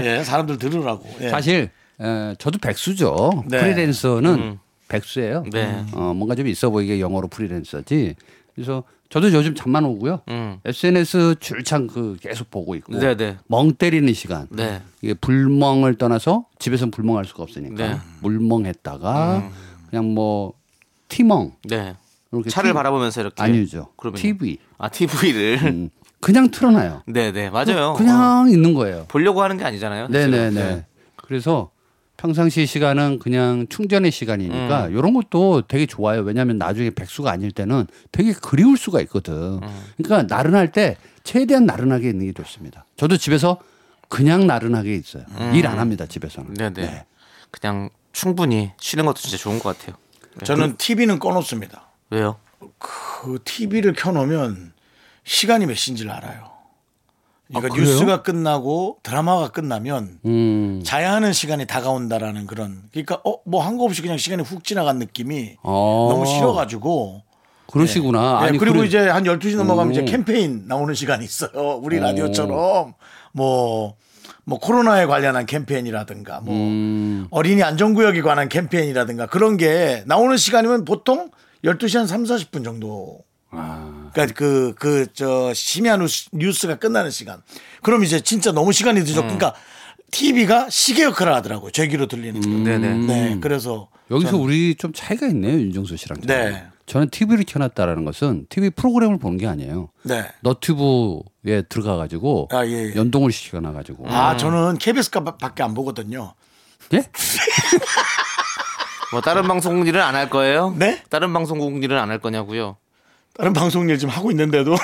[SPEAKER 1] 예, 사람들 들으라고. 예.
[SPEAKER 4] 사실 에, 저도 백수죠.
[SPEAKER 1] 네.
[SPEAKER 4] 프리랜서는 백수예요.
[SPEAKER 2] 음. 네.
[SPEAKER 4] 어, 뭔가 좀 있어 보이게 영어로 프리랜서지. 그래서 저도 요즘 잠만 오고요.
[SPEAKER 2] 음.
[SPEAKER 4] SNS 줄창 그 계속 보고 있고
[SPEAKER 2] 네, 네.
[SPEAKER 4] 멍 때리는 시간.
[SPEAKER 2] 네.
[SPEAKER 4] 이게 불멍을 떠나서 집에서는 불멍할 수가 없으니까
[SPEAKER 2] 네. 음.
[SPEAKER 4] 물멍했다가 그냥 뭐 티멍
[SPEAKER 2] 네.
[SPEAKER 4] 이렇게
[SPEAKER 2] 차를
[SPEAKER 4] 티-
[SPEAKER 2] 바라보면서 이렇게
[SPEAKER 4] 아니죠.
[SPEAKER 2] 그러면요.
[SPEAKER 4] TV
[SPEAKER 2] 아 TV를
[SPEAKER 4] 음, 그냥 틀어놔요.
[SPEAKER 2] 네, 네, 맞아요. 어.
[SPEAKER 4] 그냥 있는 거예요.
[SPEAKER 2] 네. 보려고 하는 게 아니잖아요. 사실은.
[SPEAKER 4] 네네네. 그래서 평상시 시간은 그냥 충전의 시간이니까
[SPEAKER 1] 음.
[SPEAKER 4] 이런 것도 되게 좋아요. 왜냐하면 나중에 백수가 아닐 때는 되게 그리울 수가 있거든.
[SPEAKER 1] 음.
[SPEAKER 4] 그러니까 나른할 때 최대한 나른하게 있는 게 좋습니다. 저도 집에서 그냥 나른하게 있어요.
[SPEAKER 1] 음.
[SPEAKER 4] 일 안 합니다 집에서는.
[SPEAKER 2] 네네. 그냥 충분히 쉬는 것도 진짜 좋은 것 같아요. 네.
[SPEAKER 4] 그
[SPEAKER 1] 저는 TV는 꺼놓습니다.
[SPEAKER 2] 왜요?
[SPEAKER 1] 그 TV를 켜놓으면 시간이 몇 시인지를 알아요. 그러니까
[SPEAKER 4] 그래요?
[SPEAKER 1] 뉴스가 끝나고 드라마가 끝나면
[SPEAKER 4] 음.
[SPEAKER 1] 자야 하는 시간이 다가온다라는 그런 그러니까 어 뭐 한 거 없이 그냥 시간이 훅 지나간 느낌이
[SPEAKER 4] 어.
[SPEAKER 1] 너무 싫어가지고
[SPEAKER 4] 그러시구나.
[SPEAKER 1] 네,
[SPEAKER 4] 아니
[SPEAKER 1] 그리고
[SPEAKER 4] 그래-
[SPEAKER 1] 이제 한 12시 넘어가면
[SPEAKER 4] 오.
[SPEAKER 1] 이제 캠페인 나오는 시간이 있어요. 우리 라디오처럼 뭐, 뭐 코로나에 관련한 캠페인이라든가 뭐
[SPEAKER 4] 음.
[SPEAKER 1] 어린이 안전구역에 관한 캠페인이라든가 그런 게 나오는 시간이면 보통 12시 한 3, 40분 정도.
[SPEAKER 4] 아,
[SPEAKER 1] 그러니까 그, 그, 저, 심야 뉴스, 뉴스가 끝나는 시간. 그럼 이제 진짜 너무 시간이 늦었고,
[SPEAKER 4] 음.
[SPEAKER 1] 그러니까 TV가 시계 역할을 하더라고요. 제 귀로 들리는.
[SPEAKER 4] 음.
[SPEAKER 2] 네네.
[SPEAKER 1] 네, 그래서.
[SPEAKER 4] 여기서
[SPEAKER 1] 저는-
[SPEAKER 4] 우리 좀 차이가 있네요 윤정수 씨랑. 저랑.
[SPEAKER 1] 네.
[SPEAKER 4] 저는 TV를 켜놨다라는 것은 TV 프로그램을 보는 게 아니에요.
[SPEAKER 1] 네.
[SPEAKER 4] 너튜브에 들어가가지고
[SPEAKER 1] 아, 예, 예.
[SPEAKER 4] 연동을 시켜놔가지고.
[SPEAKER 1] 아, 저는 KBS밖에 안 보거든요.
[SPEAKER 4] 예?
[SPEAKER 2] 뭐 다른 방송 일은 안 할 거예요?
[SPEAKER 1] 네?
[SPEAKER 2] 다른 방송 일은 안 할 거냐고요?
[SPEAKER 1] 다른 방송 일 지금 하고 있는데도.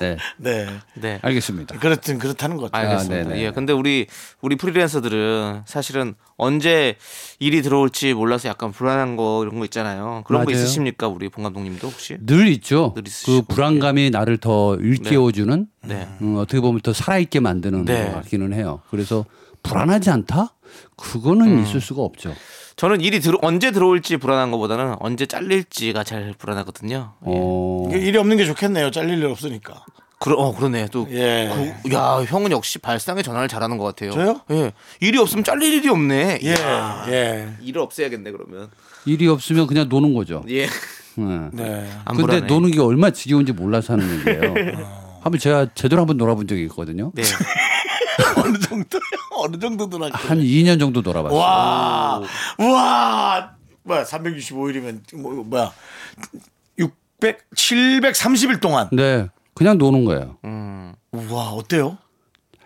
[SPEAKER 4] 네.
[SPEAKER 1] 네.
[SPEAKER 2] 네.
[SPEAKER 4] 알겠습니다.
[SPEAKER 1] 그렇든 그렇다는 거죠.
[SPEAKER 2] 알겠습니다.
[SPEAKER 4] 아, 네네.
[SPEAKER 2] 예. 근데 우리 우리 프리랜서들은 사실은 언제 일이 들어올지 몰라서 약간 불안한 거 이런 거 있잖아요. 그런 거
[SPEAKER 4] 맞아요.
[SPEAKER 2] 있으십니까? 우리 봉 감독님도 혹시?
[SPEAKER 4] 늘 있죠.
[SPEAKER 2] 늘 있으시고. 예.
[SPEAKER 4] 그 불안감이 나를 더 일깨워주는
[SPEAKER 2] 네.
[SPEAKER 4] 음, 어떻게 보면 더 살아있게 만드는
[SPEAKER 2] 네.
[SPEAKER 4] 것 같기는 해요. 그래서 불안하지 않다?
[SPEAKER 2] 음.
[SPEAKER 4] 그거는 있을 수가
[SPEAKER 2] 예.
[SPEAKER 4] 없죠.
[SPEAKER 2] 저는 일이 들어 언제 들어올지 불안한 거보다는 언제 잘릴지가 잘 불안하거든요. 예.
[SPEAKER 4] 어,
[SPEAKER 1] 이게 일이 없는 게 좋겠네요. 잘릴 일 없으니까.
[SPEAKER 2] 그러, 어 그러네. 또
[SPEAKER 1] 예.
[SPEAKER 2] 그- 야, 형은 역시 발상의 전환을 잘하는 것 같아요.
[SPEAKER 1] 저요?
[SPEAKER 2] 예. 일이 없으면 잘릴 일이 없네.
[SPEAKER 1] 예.
[SPEAKER 2] 이야.
[SPEAKER 1] 예.
[SPEAKER 2] 일을 없애야겠네 그러면.
[SPEAKER 4] 일이 없으면 그냥 노는 거죠.
[SPEAKER 2] 예.
[SPEAKER 4] 네.
[SPEAKER 1] 네.
[SPEAKER 2] 안
[SPEAKER 4] 근데
[SPEAKER 2] 불안해. 어.
[SPEAKER 4] 노는 게 얼마나 지겨운지 몰라서 하는 얘기예요. 한번 제가 제대로 한번 놀아본 적이 있거든요.
[SPEAKER 2] 네.
[SPEAKER 1] 어느 정도 어느 정도 들어
[SPEAKER 4] 한 2년 정도 놀아봤어요.
[SPEAKER 1] 와. 와. 뭐야? 365일이면 뭐 뭐야? 600 730일 동안.
[SPEAKER 4] 네. 그냥 노는 거예요.
[SPEAKER 1] 우와, 어때요?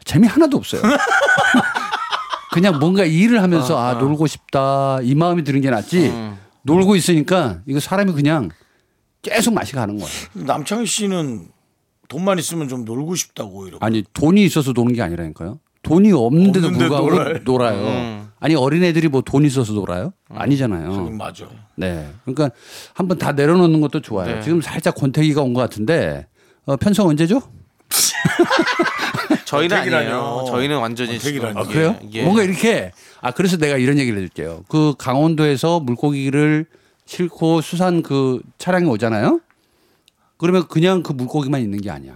[SPEAKER 4] 재미 하나도 없어요. 그냥 뭔가 일을 하면서 아, 놀고 싶다 이 마음이 드는 게 낫지 놀고 있으니까 이거 사람이 그냥 계속 맛이 가는 거예요.
[SPEAKER 1] 남창희 씨는 돈만 있으면 좀 놀고 싶다고 이렇게.
[SPEAKER 4] 아니 돈이 있어서 노는 게 아니라니까요. 돈이 없는데도
[SPEAKER 1] 없는데
[SPEAKER 4] 불구하고
[SPEAKER 1] 놀아요.
[SPEAKER 4] 놀아요. 아니 어린애들이 뭐 돈 있어서 놀아요?
[SPEAKER 2] 음.
[SPEAKER 4] 아니잖아요.
[SPEAKER 1] 맞아.
[SPEAKER 4] 네. 그러니까 한번 다 내려놓는 것도 좋아요. 지금 살짝 권태기가 온 것 같은데 어, 편성 언제죠?
[SPEAKER 2] 저희는 아니에요.
[SPEAKER 1] 권태기라뇨.
[SPEAKER 2] 저희는 완전히
[SPEAKER 1] 권태기라뇨.
[SPEAKER 2] 지금-
[SPEAKER 1] 아,
[SPEAKER 4] 그래요?
[SPEAKER 2] 예, 예.
[SPEAKER 4] 뭔가 이렇게 아 그래서 내가 이런 얘기를 해줄게요. 그 강원도에서 물고기를 싣고 수산 그 차량이 오잖아요. 그러면 그냥 그 물고기만 있는 게 아니야.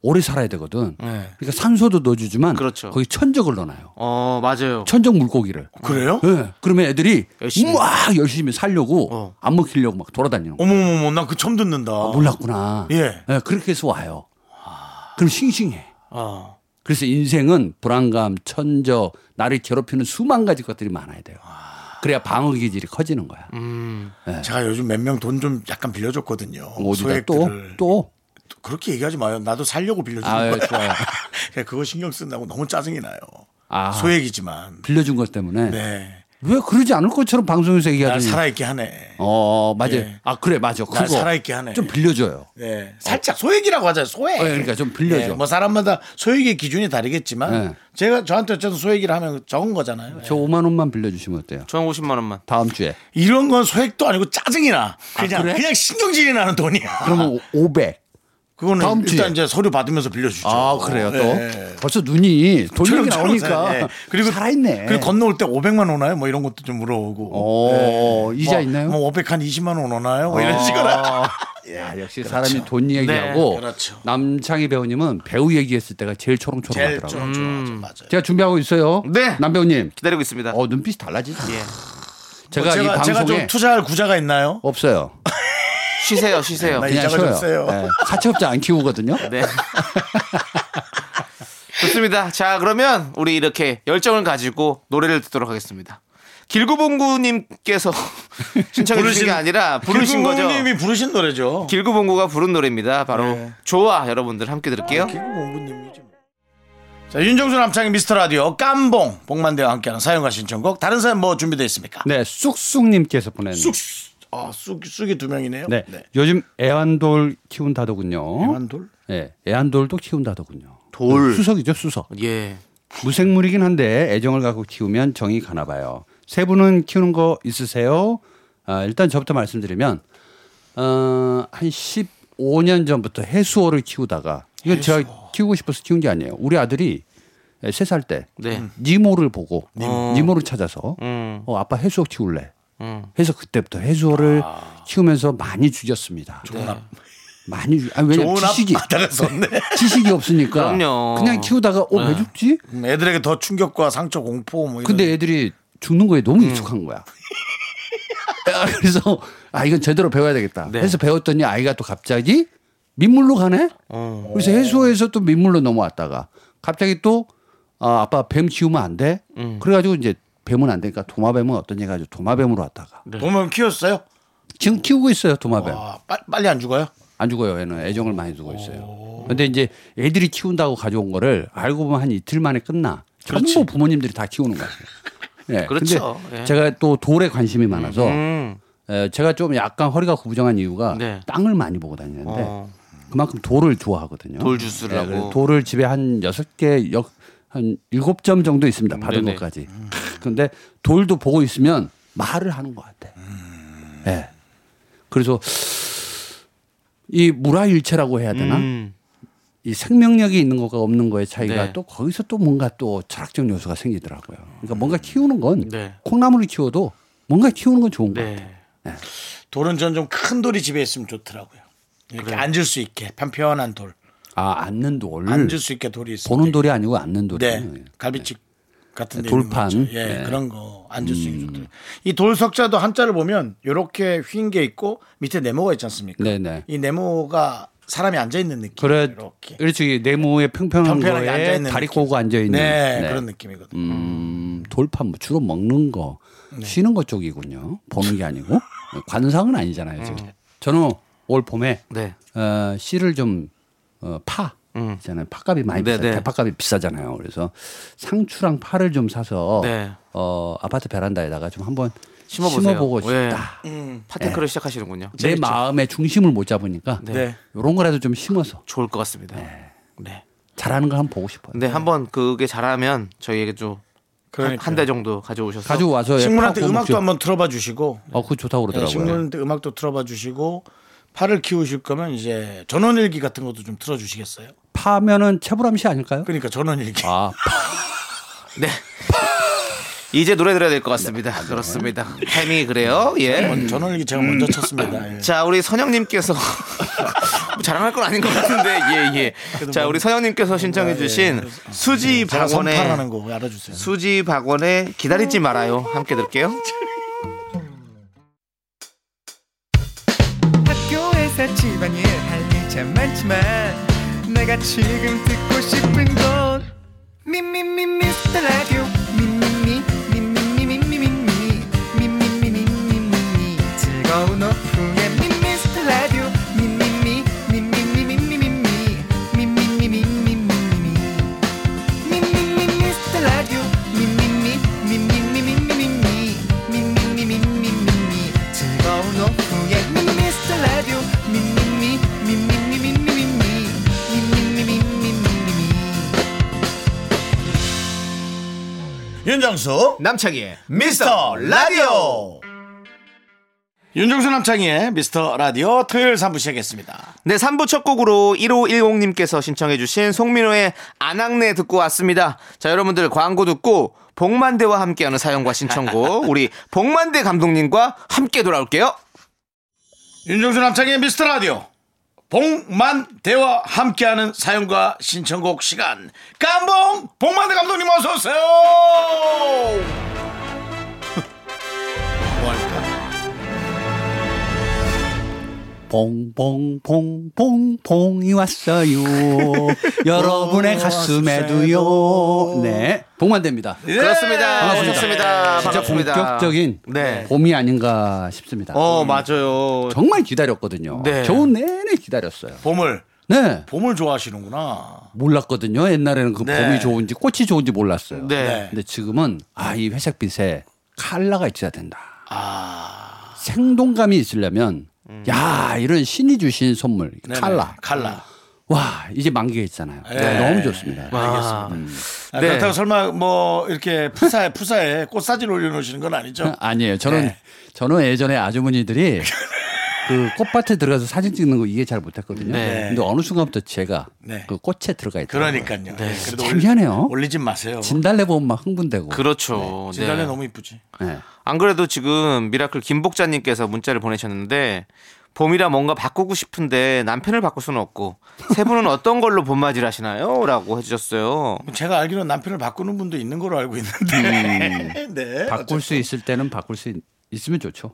[SPEAKER 4] 오래 살아야 되거든.
[SPEAKER 1] 네.
[SPEAKER 4] 그러니까 산소도 넣어주지만
[SPEAKER 2] 음. 그렇죠.
[SPEAKER 4] 거기 천적을 넣어놔요.
[SPEAKER 2] 예. 어 맞아요.
[SPEAKER 4] 천적 물고기를.
[SPEAKER 1] 그래요?
[SPEAKER 4] 예. 그러면 애들이
[SPEAKER 2] 어, 열심히.
[SPEAKER 4] 막 열심히 살려고
[SPEAKER 2] 어.
[SPEAKER 4] 안 먹히려고 막 돌아다니는 거.
[SPEAKER 1] 어머머머, 난 그 처음 듣는다.
[SPEAKER 4] 몰랐구나.
[SPEAKER 1] 예.
[SPEAKER 4] 그렇게 해서 와요. 그럼 싱싱해.
[SPEAKER 1] 어.
[SPEAKER 4] 그래서 인생은 불안감, 천적, 나를 괴롭히는 수만 가지 것들이 많아야 돼요. 그래야 방어 기질이 커지는 거야.
[SPEAKER 1] 음, 제가 요즘 몇 명 돈 좀 약간 빌려줬거든요.
[SPEAKER 4] 어디다 그 또
[SPEAKER 1] 소액들을.
[SPEAKER 4] 또.
[SPEAKER 1] 그렇게 얘기하지 마요. 나도 살려고 빌려주는
[SPEAKER 4] 아, 예,
[SPEAKER 1] 거야.
[SPEAKER 4] 좋아요.
[SPEAKER 1] 그냥 그거 신경 쓴다고 너무 짜증이 나요.
[SPEAKER 4] 아.
[SPEAKER 1] 소액이지만.
[SPEAKER 4] 빌려준 것 때문에
[SPEAKER 1] 네.
[SPEAKER 4] 왜 그러지 않을 것처럼 방송에서
[SPEAKER 1] 날
[SPEAKER 4] 얘기하더니
[SPEAKER 1] 살아있게 하네.
[SPEAKER 4] 어 맞아
[SPEAKER 1] 예.
[SPEAKER 4] 아 그래 맞아
[SPEAKER 1] 날
[SPEAKER 4] 그거
[SPEAKER 1] 살아있게 하네.
[SPEAKER 4] 좀 빌려줘요
[SPEAKER 1] 네. 살짝 소액이라고 하잖아요. 소액.
[SPEAKER 4] 어, 그러니까 좀 빌려줘.
[SPEAKER 1] 네, 뭐 사람마다 소액의 기준이 다르겠지만
[SPEAKER 4] 네.
[SPEAKER 1] 제가 저한테 어쨌든 소액이라 하면 적은 거잖아요.
[SPEAKER 4] 저 5만 원만 빌려주시면 어때요
[SPEAKER 2] 저 50만 원만.
[SPEAKER 4] 다음 주에
[SPEAKER 1] 이런 건 소액도 아니고 짜증이 나. 그냥
[SPEAKER 4] 그래?
[SPEAKER 1] 그냥 신경질이 나는 돈이야.
[SPEAKER 4] 그러면 500
[SPEAKER 1] 그거는
[SPEAKER 4] 다음 주에.
[SPEAKER 1] 일단 이제 서류 받으면서 빌려주죠.
[SPEAKER 4] 아 그래요 또
[SPEAKER 1] 네.
[SPEAKER 4] 벌써 눈이 돈
[SPEAKER 1] 저런
[SPEAKER 4] 얘기 나오니까
[SPEAKER 1] 네.
[SPEAKER 4] 그리고 살아있네
[SPEAKER 1] 그리고 건너올 때 500만 오나요? 뭐 이런 것도 좀 물어보고.
[SPEAKER 4] 오 이자
[SPEAKER 1] 뭐,
[SPEAKER 4] 있나요 아,
[SPEAKER 1] 뭐 500한 20만 원 오나요? 뭐 이런 식으로.
[SPEAKER 4] 야, 아, 역시 사람이 돈 얘기하고
[SPEAKER 1] 예, 그렇죠. 네, 그렇죠.
[SPEAKER 4] 남창희 배우님은 배우 얘기했을 때가 제일
[SPEAKER 1] 제일
[SPEAKER 4] 초롱초롱하더라고요.
[SPEAKER 1] 좀 좋아하죠. 맞아요.
[SPEAKER 4] 제가 준비하고 있어요.
[SPEAKER 2] 네.
[SPEAKER 4] 남 배우님.
[SPEAKER 2] 기다리고 있습니다.
[SPEAKER 4] 어 눈빛이 달라지죠.
[SPEAKER 2] 예.
[SPEAKER 4] 제가 이
[SPEAKER 1] 뭐 제가,
[SPEAKER 4] 방송에
[SPEAKER 1] 제가 좀 투자할 아, 구자가 있나요?
[SPEAKER 4] 없어요.
[SPEAKER 2] 쉬세요, 쉬세요.
[SPEAKER 1] 나
[SPEAKER 4] 그냥
[SPEAKER 1] 이자가
[SPEAKER 4] 쉬어요.
[SPEAKER 1] 좀 세요.
[SPEAKER 4] 네, 사채업자 안 키우거든요.
[SPEAKER 2] 네. 좋습니다. 자, 그러면 우리 이렇게 열정을 가지고 노래를 듣도록 하겠습니다. 길구봉구님께서 신청해 주신 게 아니라 부르신 거죠.
[SPEAKER 1] 님이 네. 부르신 노래죠. 아,
[SPEAKER 2] 길구봉구가 부른 노래입니다. 바로 좋아 여러분들 함께 들을게요.
[SPEAKER 1] 김구님이죠. 자, 윤정수 남창의 미스터 라디오 깜봉 복만대와 함께하는 사연과 신청곡 다른 사연 뭐 준비되어 있습니까?
[SPEAKER 4] 네, 쑥쑥님께서 보낸.
[SPEAKER 1] 쑥. 아, 쑥 쑥이 두 명이네요.
[SPEAKER 4] 네. 요즘 애완돌 키운다더군요.
[SPEAKER 1] 애완돌?
[SPEAKER 4] 예, 애완돌도 키운다더군요.
[SPEAKER 1] 돌.
[SPEAKER 4] 수석이죠, 수석.
[SPEAKER 2] 예.
[SPEAKER 4] 무생물이긴 한데 애정을 갖고 키우면 정이 가나 봐요. 세 분은 키우는 거 있으세요? 아, 일단 저부터 말씀드리면 어, 한 15년 전부터 해수어를 키우다가 이건 제가 키우고 싶어서 키운 게 아니에요. 우리 아들이 세 살 때
[SPEAKER 2] 네.
[SPEAKER 4] 니모를 보고 니모를 찾아서 어, 아빠 해수어 키울래. 해서 그때부터 해수어를 키우면서 많이 죽였습니다. 네. 많이 죽. 아 왜냐
[SPEAKER 1] 좋은
[SPEAKER 4] 지식이
[SPEAKER 1] 앞바다가 썼네.
[SPEAKER 4] 지식이 없으니까
[SPEAKER 2] 그럼요.
[SPEAKER 4] 냥 키우다가 어왜 죽지?
[SPEAKER 1] 음, 애들에게 더 충격과 상처 공포 뭐 이런.
[SPEAKER 4] 근데 애들이 죽는 거에 너무 익숙한 거야. 야, 그래서 아 이건 제대로 배워야 되겠다.
[SPEAKER 2] 네.
[SPEAKER 4] 해서 배웠더니 아이가 또 갑자기 민물로 가네. 그래서 해수에서 또 민물로 넘어왔다가 갑자기 또 아, 아빠 뱀 키우면 안 돼. 그래가지고 이제 뱀은 안 되니까 도마뱀은 어떤 얘가 가지고 도마뱀으로 왔다가
[SPEAKER 1] 보면 키웠어요?
[SPEAKER 4] 지금 키우고 있어요 도마뱀.
[SPEAKER 1] 아, 빨- 빨리 안 죽어요?
[SPEAKER 4] 안 죽어요. 얘는 애정을 많이 주고 있어요. 근데 이제 애들이 키운다고 가져온 거를 알고 보면 한 이틀 만에 끝나. 전부 부모님들이 다 키우는 거예요. 예,
[SPEAKER 2] 그렇죠.
[SPEAKER 4] 근데
[SPEAKER 2] 예.
[SPEAKER 4] 제가 또 돌에 관심이 많아서
[SPEAKER 2] 음.
[SPEAKER 4] 예, 제가 좀 약간 허리가 구부정한 이유가
[SPEAKER 2] 네.
[SPEAKER 4] 땅을 많이 보고 다니는데
[SPEAKER 2] 어.
[SPEAKER 4] 그만큼 돌을 좋아하거든요.
[SPEAKER 2] 돌 주스를
[SPEAKER 1] 네,
[SPEAKER 2] 하고.
[SPEAKER 4] 네, 그래서 돌을 집에 한 여섯 개 역, 한 일곱 점 정도 있습니다. 받은
[SPEAKER 2] 음, 네네.
[SPEAKER 4] 것까지. 근데 돌도 보고 있으면 말을 하는 것 같아.
[SPEAKER 2] 음.
[SPEAKER 4] 예. 그래서 이 무라일체라고 해야 되나?
[SPEAKER 2] 음.
[SPEAKER 4] 이 생명력이 있는 것과 없는 것의 차이가
[SPEAKER 2] 네.
[SPEAKER 4] 또 거기서 또 뭔가 또 철학적 요소가 생기더라고요. 그러니까 뭔가 키우는 건
[SPEAKER 2] 네.
[SPEAKER 4] 콩나물을 키워도 뭔가 키우는 건 좋은 거 같아요.
[SPEAKER 2] 네.
[SPEAKER 1] 돌은 전 좀 큰 돌이 집에 있으면 좋더라고요. 이렇게 앉을 수 있게 편편한 돌,
[SPEAKER 4] 아, 앉는 돌.
[SPEAKER 1] 앉을 수 있게 돌이 있어요.
[SPEAKER 4] 보는 돌이 아니고 앉는 음, 돌이.
[SPEAKER 1] 네, 갈비집 같은 데
[SPEAKER 4] 돌판.
[SPEAKER 1] 있는 거 있죠. 예,
[SPEAKER 4] 네. 음.
[SPEAKER 1] 그런 거 앉을 수 있게 좋더라고요. 이 돌 석자도 한자를 보면 요렇게 휜 게 있고 밑에 네모가 있지 않습니까?
[SPEAKER 4] 네네.
[SPEAKER 1] 이 네모가 사람이 앉아 있는 느낌.
[SPEAKER 4] 그래,
[SPEAKER 1] 이렇게
[SPEAKER 4] 그렇지. 이 네모의 평평한
[SPEAKER 1] 편편하게 앉아
[SPEAKER 4] 거에
[SPEAKER 1] 있는
[SPEAKER 4] 다리 꼬고 앉아 있는
[SPEAKER 1] 네, 그런 느낌이거든요.
[SPEAKER 4] 음, 돌판 뭐 주로 먹는 거, 쉬는 것 쪽이군요. 보는 게 아니고 네, 관상은 아니잖아요. 지금. 저는 올 봄에
[SPEAKER 2] 네.
[SPEAKER 4] 어, 씨를 좀 어, 파. 있잖아요. 팥값이 많이
[SPEAKER 2] 네,
[SPEAKER 4] 비싸.
[SPEAKER 2] 네.
[SPEAKER 4] 대파값이 비싸잖아요. 그래서 상추랑 파를 좀 사서
[SPEAKER 2] 네.
[SPEAKER 4] 어, 아파트 베란다에다가 좀 한번
[SPEAKER 2] 심어보세요.
[SPEAKER 4] 심어보고
[SPEAKER 2] 예.
[SPEAKER 4] 싶다.
[SPEAKER 2] 파테크를 시작하시는군요.
[SPEAKER 4] 내 마음의 중심을 못 잡으니까
[SPEAKER 1] 네.
[SPEAKER 4] 이런 거라도 좀 심어서
[SPEAKER 2] 좋을 것 같습니다. 네.
[SPEAKER 4] 잘하는 걸 한번 보고 싶어요.
[SPEAKER 2] 근데 한번 그게 잘하면 저희에게 좀
[SPEAKER 1] 그러니까요.
[SPEAKER 2] 한 달 정도 가져오셔서
[SPEAKER 4] 가져와서
[SPEAKER 1] 식물한테
[SPEAKER 4] 네, 파고
[SPEAKER 1] 음악도
[SPEAKER 4] 먹죠.
[SPEAKER 1] 한번 틀어봐 주시고
[SPEAKER 4] 어, 그거 좋다고
[SPEAKER 1] 네,
[SPEAKER 4] 그러더라고요.
[SPEAKER 1] 식물한테 음악도 틀어봐 주시고 파를 키우실 거면 이제 전원일기 같은 것도 좀 틀어주시겠어요?
[SPEAKER 4] 파면은 채불암씨 아닐까요?
[SPEAKER 1] 그러니까 전원일기.
[SPEAKER 4] 아,
[SPEAKER 2] 네. 이제 노래 들어야 될 것 같습니다. 그렇습니다. 타이밍이 그래요. 예.
[SPEAKER 1] 전원일기 제가 네. 먼저 쳤습니다. 예.
[SPEAKER 2] 음. 자, 우리 선영님께서 자랑할 건 아닌 것 같은데, 예, 예. 자, 우리 선영님께서 신청해주신 수지
[SPEAKER 1] 네, 제가 선파라는
[SPEAKER 2] 박원의
[SPEAKER 1] 거 알아주세요.
[SPEAKER 2] 수지 박원의 기다리지 말아요. 함께 들을게요.
[SPEAKER 8] 학교에서 집안일 할 일 참 많지만 내가 지금 듣고 싶은 건 미미미 미스터 라디오 미미미 미미미 미미미 미미미 미미미 즐거운 오후에 미스터 라디오 미미미 미미미 미미미 미미미 미미미
[SPEAKER 1] 윤정수
[SPEAKER 2] 남창희의
[SPEAKER 1] 미스터 라디오 윤정수 남창희의 미스터 라디오 토요일 3부 시작했습니다
[SPEAKER 2] 네, 3부 첫 곡으로 1510님께서 신청해주신 송민호의 안악내 듣고 왔습니다. 자, 여러분들 광고 듣고 복만대와 함께하는 사연과 신청곡, 우리 복만대 감독님과 함께 돌아올게요.
[SPEAKER 1] 윤정수 남창희의 미스터 라디오 복만대와 함께하는 사연과 신청곡 시간 깜봉 복만대 감독님 어서 오세요 뭐할까
[SPEAKER 4] 봉봉봉봉봉이 왔어요. 여러분의 가슴에도요. 네, 복만 됩니다.
[SPEAKER 1] 예,
[SPEAKER 2] 그렇습니다.
[SPEAKER 4] 반갑습니다. 예,
[SPEAKER 2] 반갑습니다.
[SPEAKER 4] 진짜
[SPEAKER 2] 반갑습니다.
[SPEAKER 4] 본격적인
[SPEAKER 2] 네.
[SPEAKER 4] 봄이 아닌가 싶습니다.
[SPEAKER 2] 어, 맞아요.
[SPEAKER 4] 정말 기다렸거든요.
[SPEAKER 2] 네.
[SPEAKER 4] 겨울 내내 기다렸어요.
[SPEAKER 1] 봄을
[SPEAKER 4] 네.
[SPEAKER 1] 봄을 좋아하시는구나.
[SPEAKER 4] 몰랐거든요. 옛날에는 그
[SPEAKER 1] 네.
[SPEAKER 4] 봄이 좋은지 꽃이 좋은지 몰랐어요.
[SPEAKER 2] 네.
[SPEAKER 4] 근데 지금은 아 이 회색빛에 칼라가 있어야 된다.
[SPEAKER 1] 아. 음.
[SPEAKER 4] 생동감이 있으려면 야 이런 신이 주신 선물
[SPEAKER 1] 네네.
[SPEAKER 4] 칼라
[SPEAKER 1] 칼라.
[SPEAKER 4] 와 이제 만개했잖아요.
[SPEAKER 1] 네.
[SPEAKER 4] 너무 좋습니다.
[SPEAKER 2] 알겠습니다.
[SPEAKER 1] 아,
[SPEAKER 2] 네.
[SPEAKER 1] 그렇다고 설마 뭐 이렇게 푸사에 푸사에 꽃사진 올려놓으시는 건 아니죠?
[SPEAKER 4] 아니에요. 저는
[SPEAKER 1] 네.
[SPEAKER 4] 저는 예전에 아주머니들이 그 꽃밭에 들어가서 사진 찍는 거 이해 잘 못했거든요.
[SPEAKER 2] 네.
[SPEAKER 4] 근데 어느 순간부터 제가
[SPEAKER 1] 네.
[SPEAKER 4] 그 꽃에 들어가 있다.
[SPEAKER 1] 그러니까요. 네. 그래도
[SPEAKER 4] 참 희한해요.
[SPEAKER 1] 올리진 마세요. 어,
[SPEAKER 4] 진달래 보면 막 흥분되고.
[SPEAKER 2] 그렇죠. 네.
[SPEAKER 1] 진달래 너무 이쁘지.
[SPEAKER 4] 네.
[SPEAKER 2] 안 그래도 지금 미라클 김복자님께서 문자를 보내셨는데 봄이라 뭔가 바꾸고 싶은데 남편을 바꿀 수는 없고 세 분은 어떤 걸로 봄맞이를 하시나요? 라고 해주셨어요.
[SPEAKER 1] 제가 알기로는 남편을 바꾸는 분도 있는 걸로 알고 있는데. 네.
[SPEAKER 4] 음. 바꿀 수 있을 때는 바꿀 수 있, 있으면 좋죠.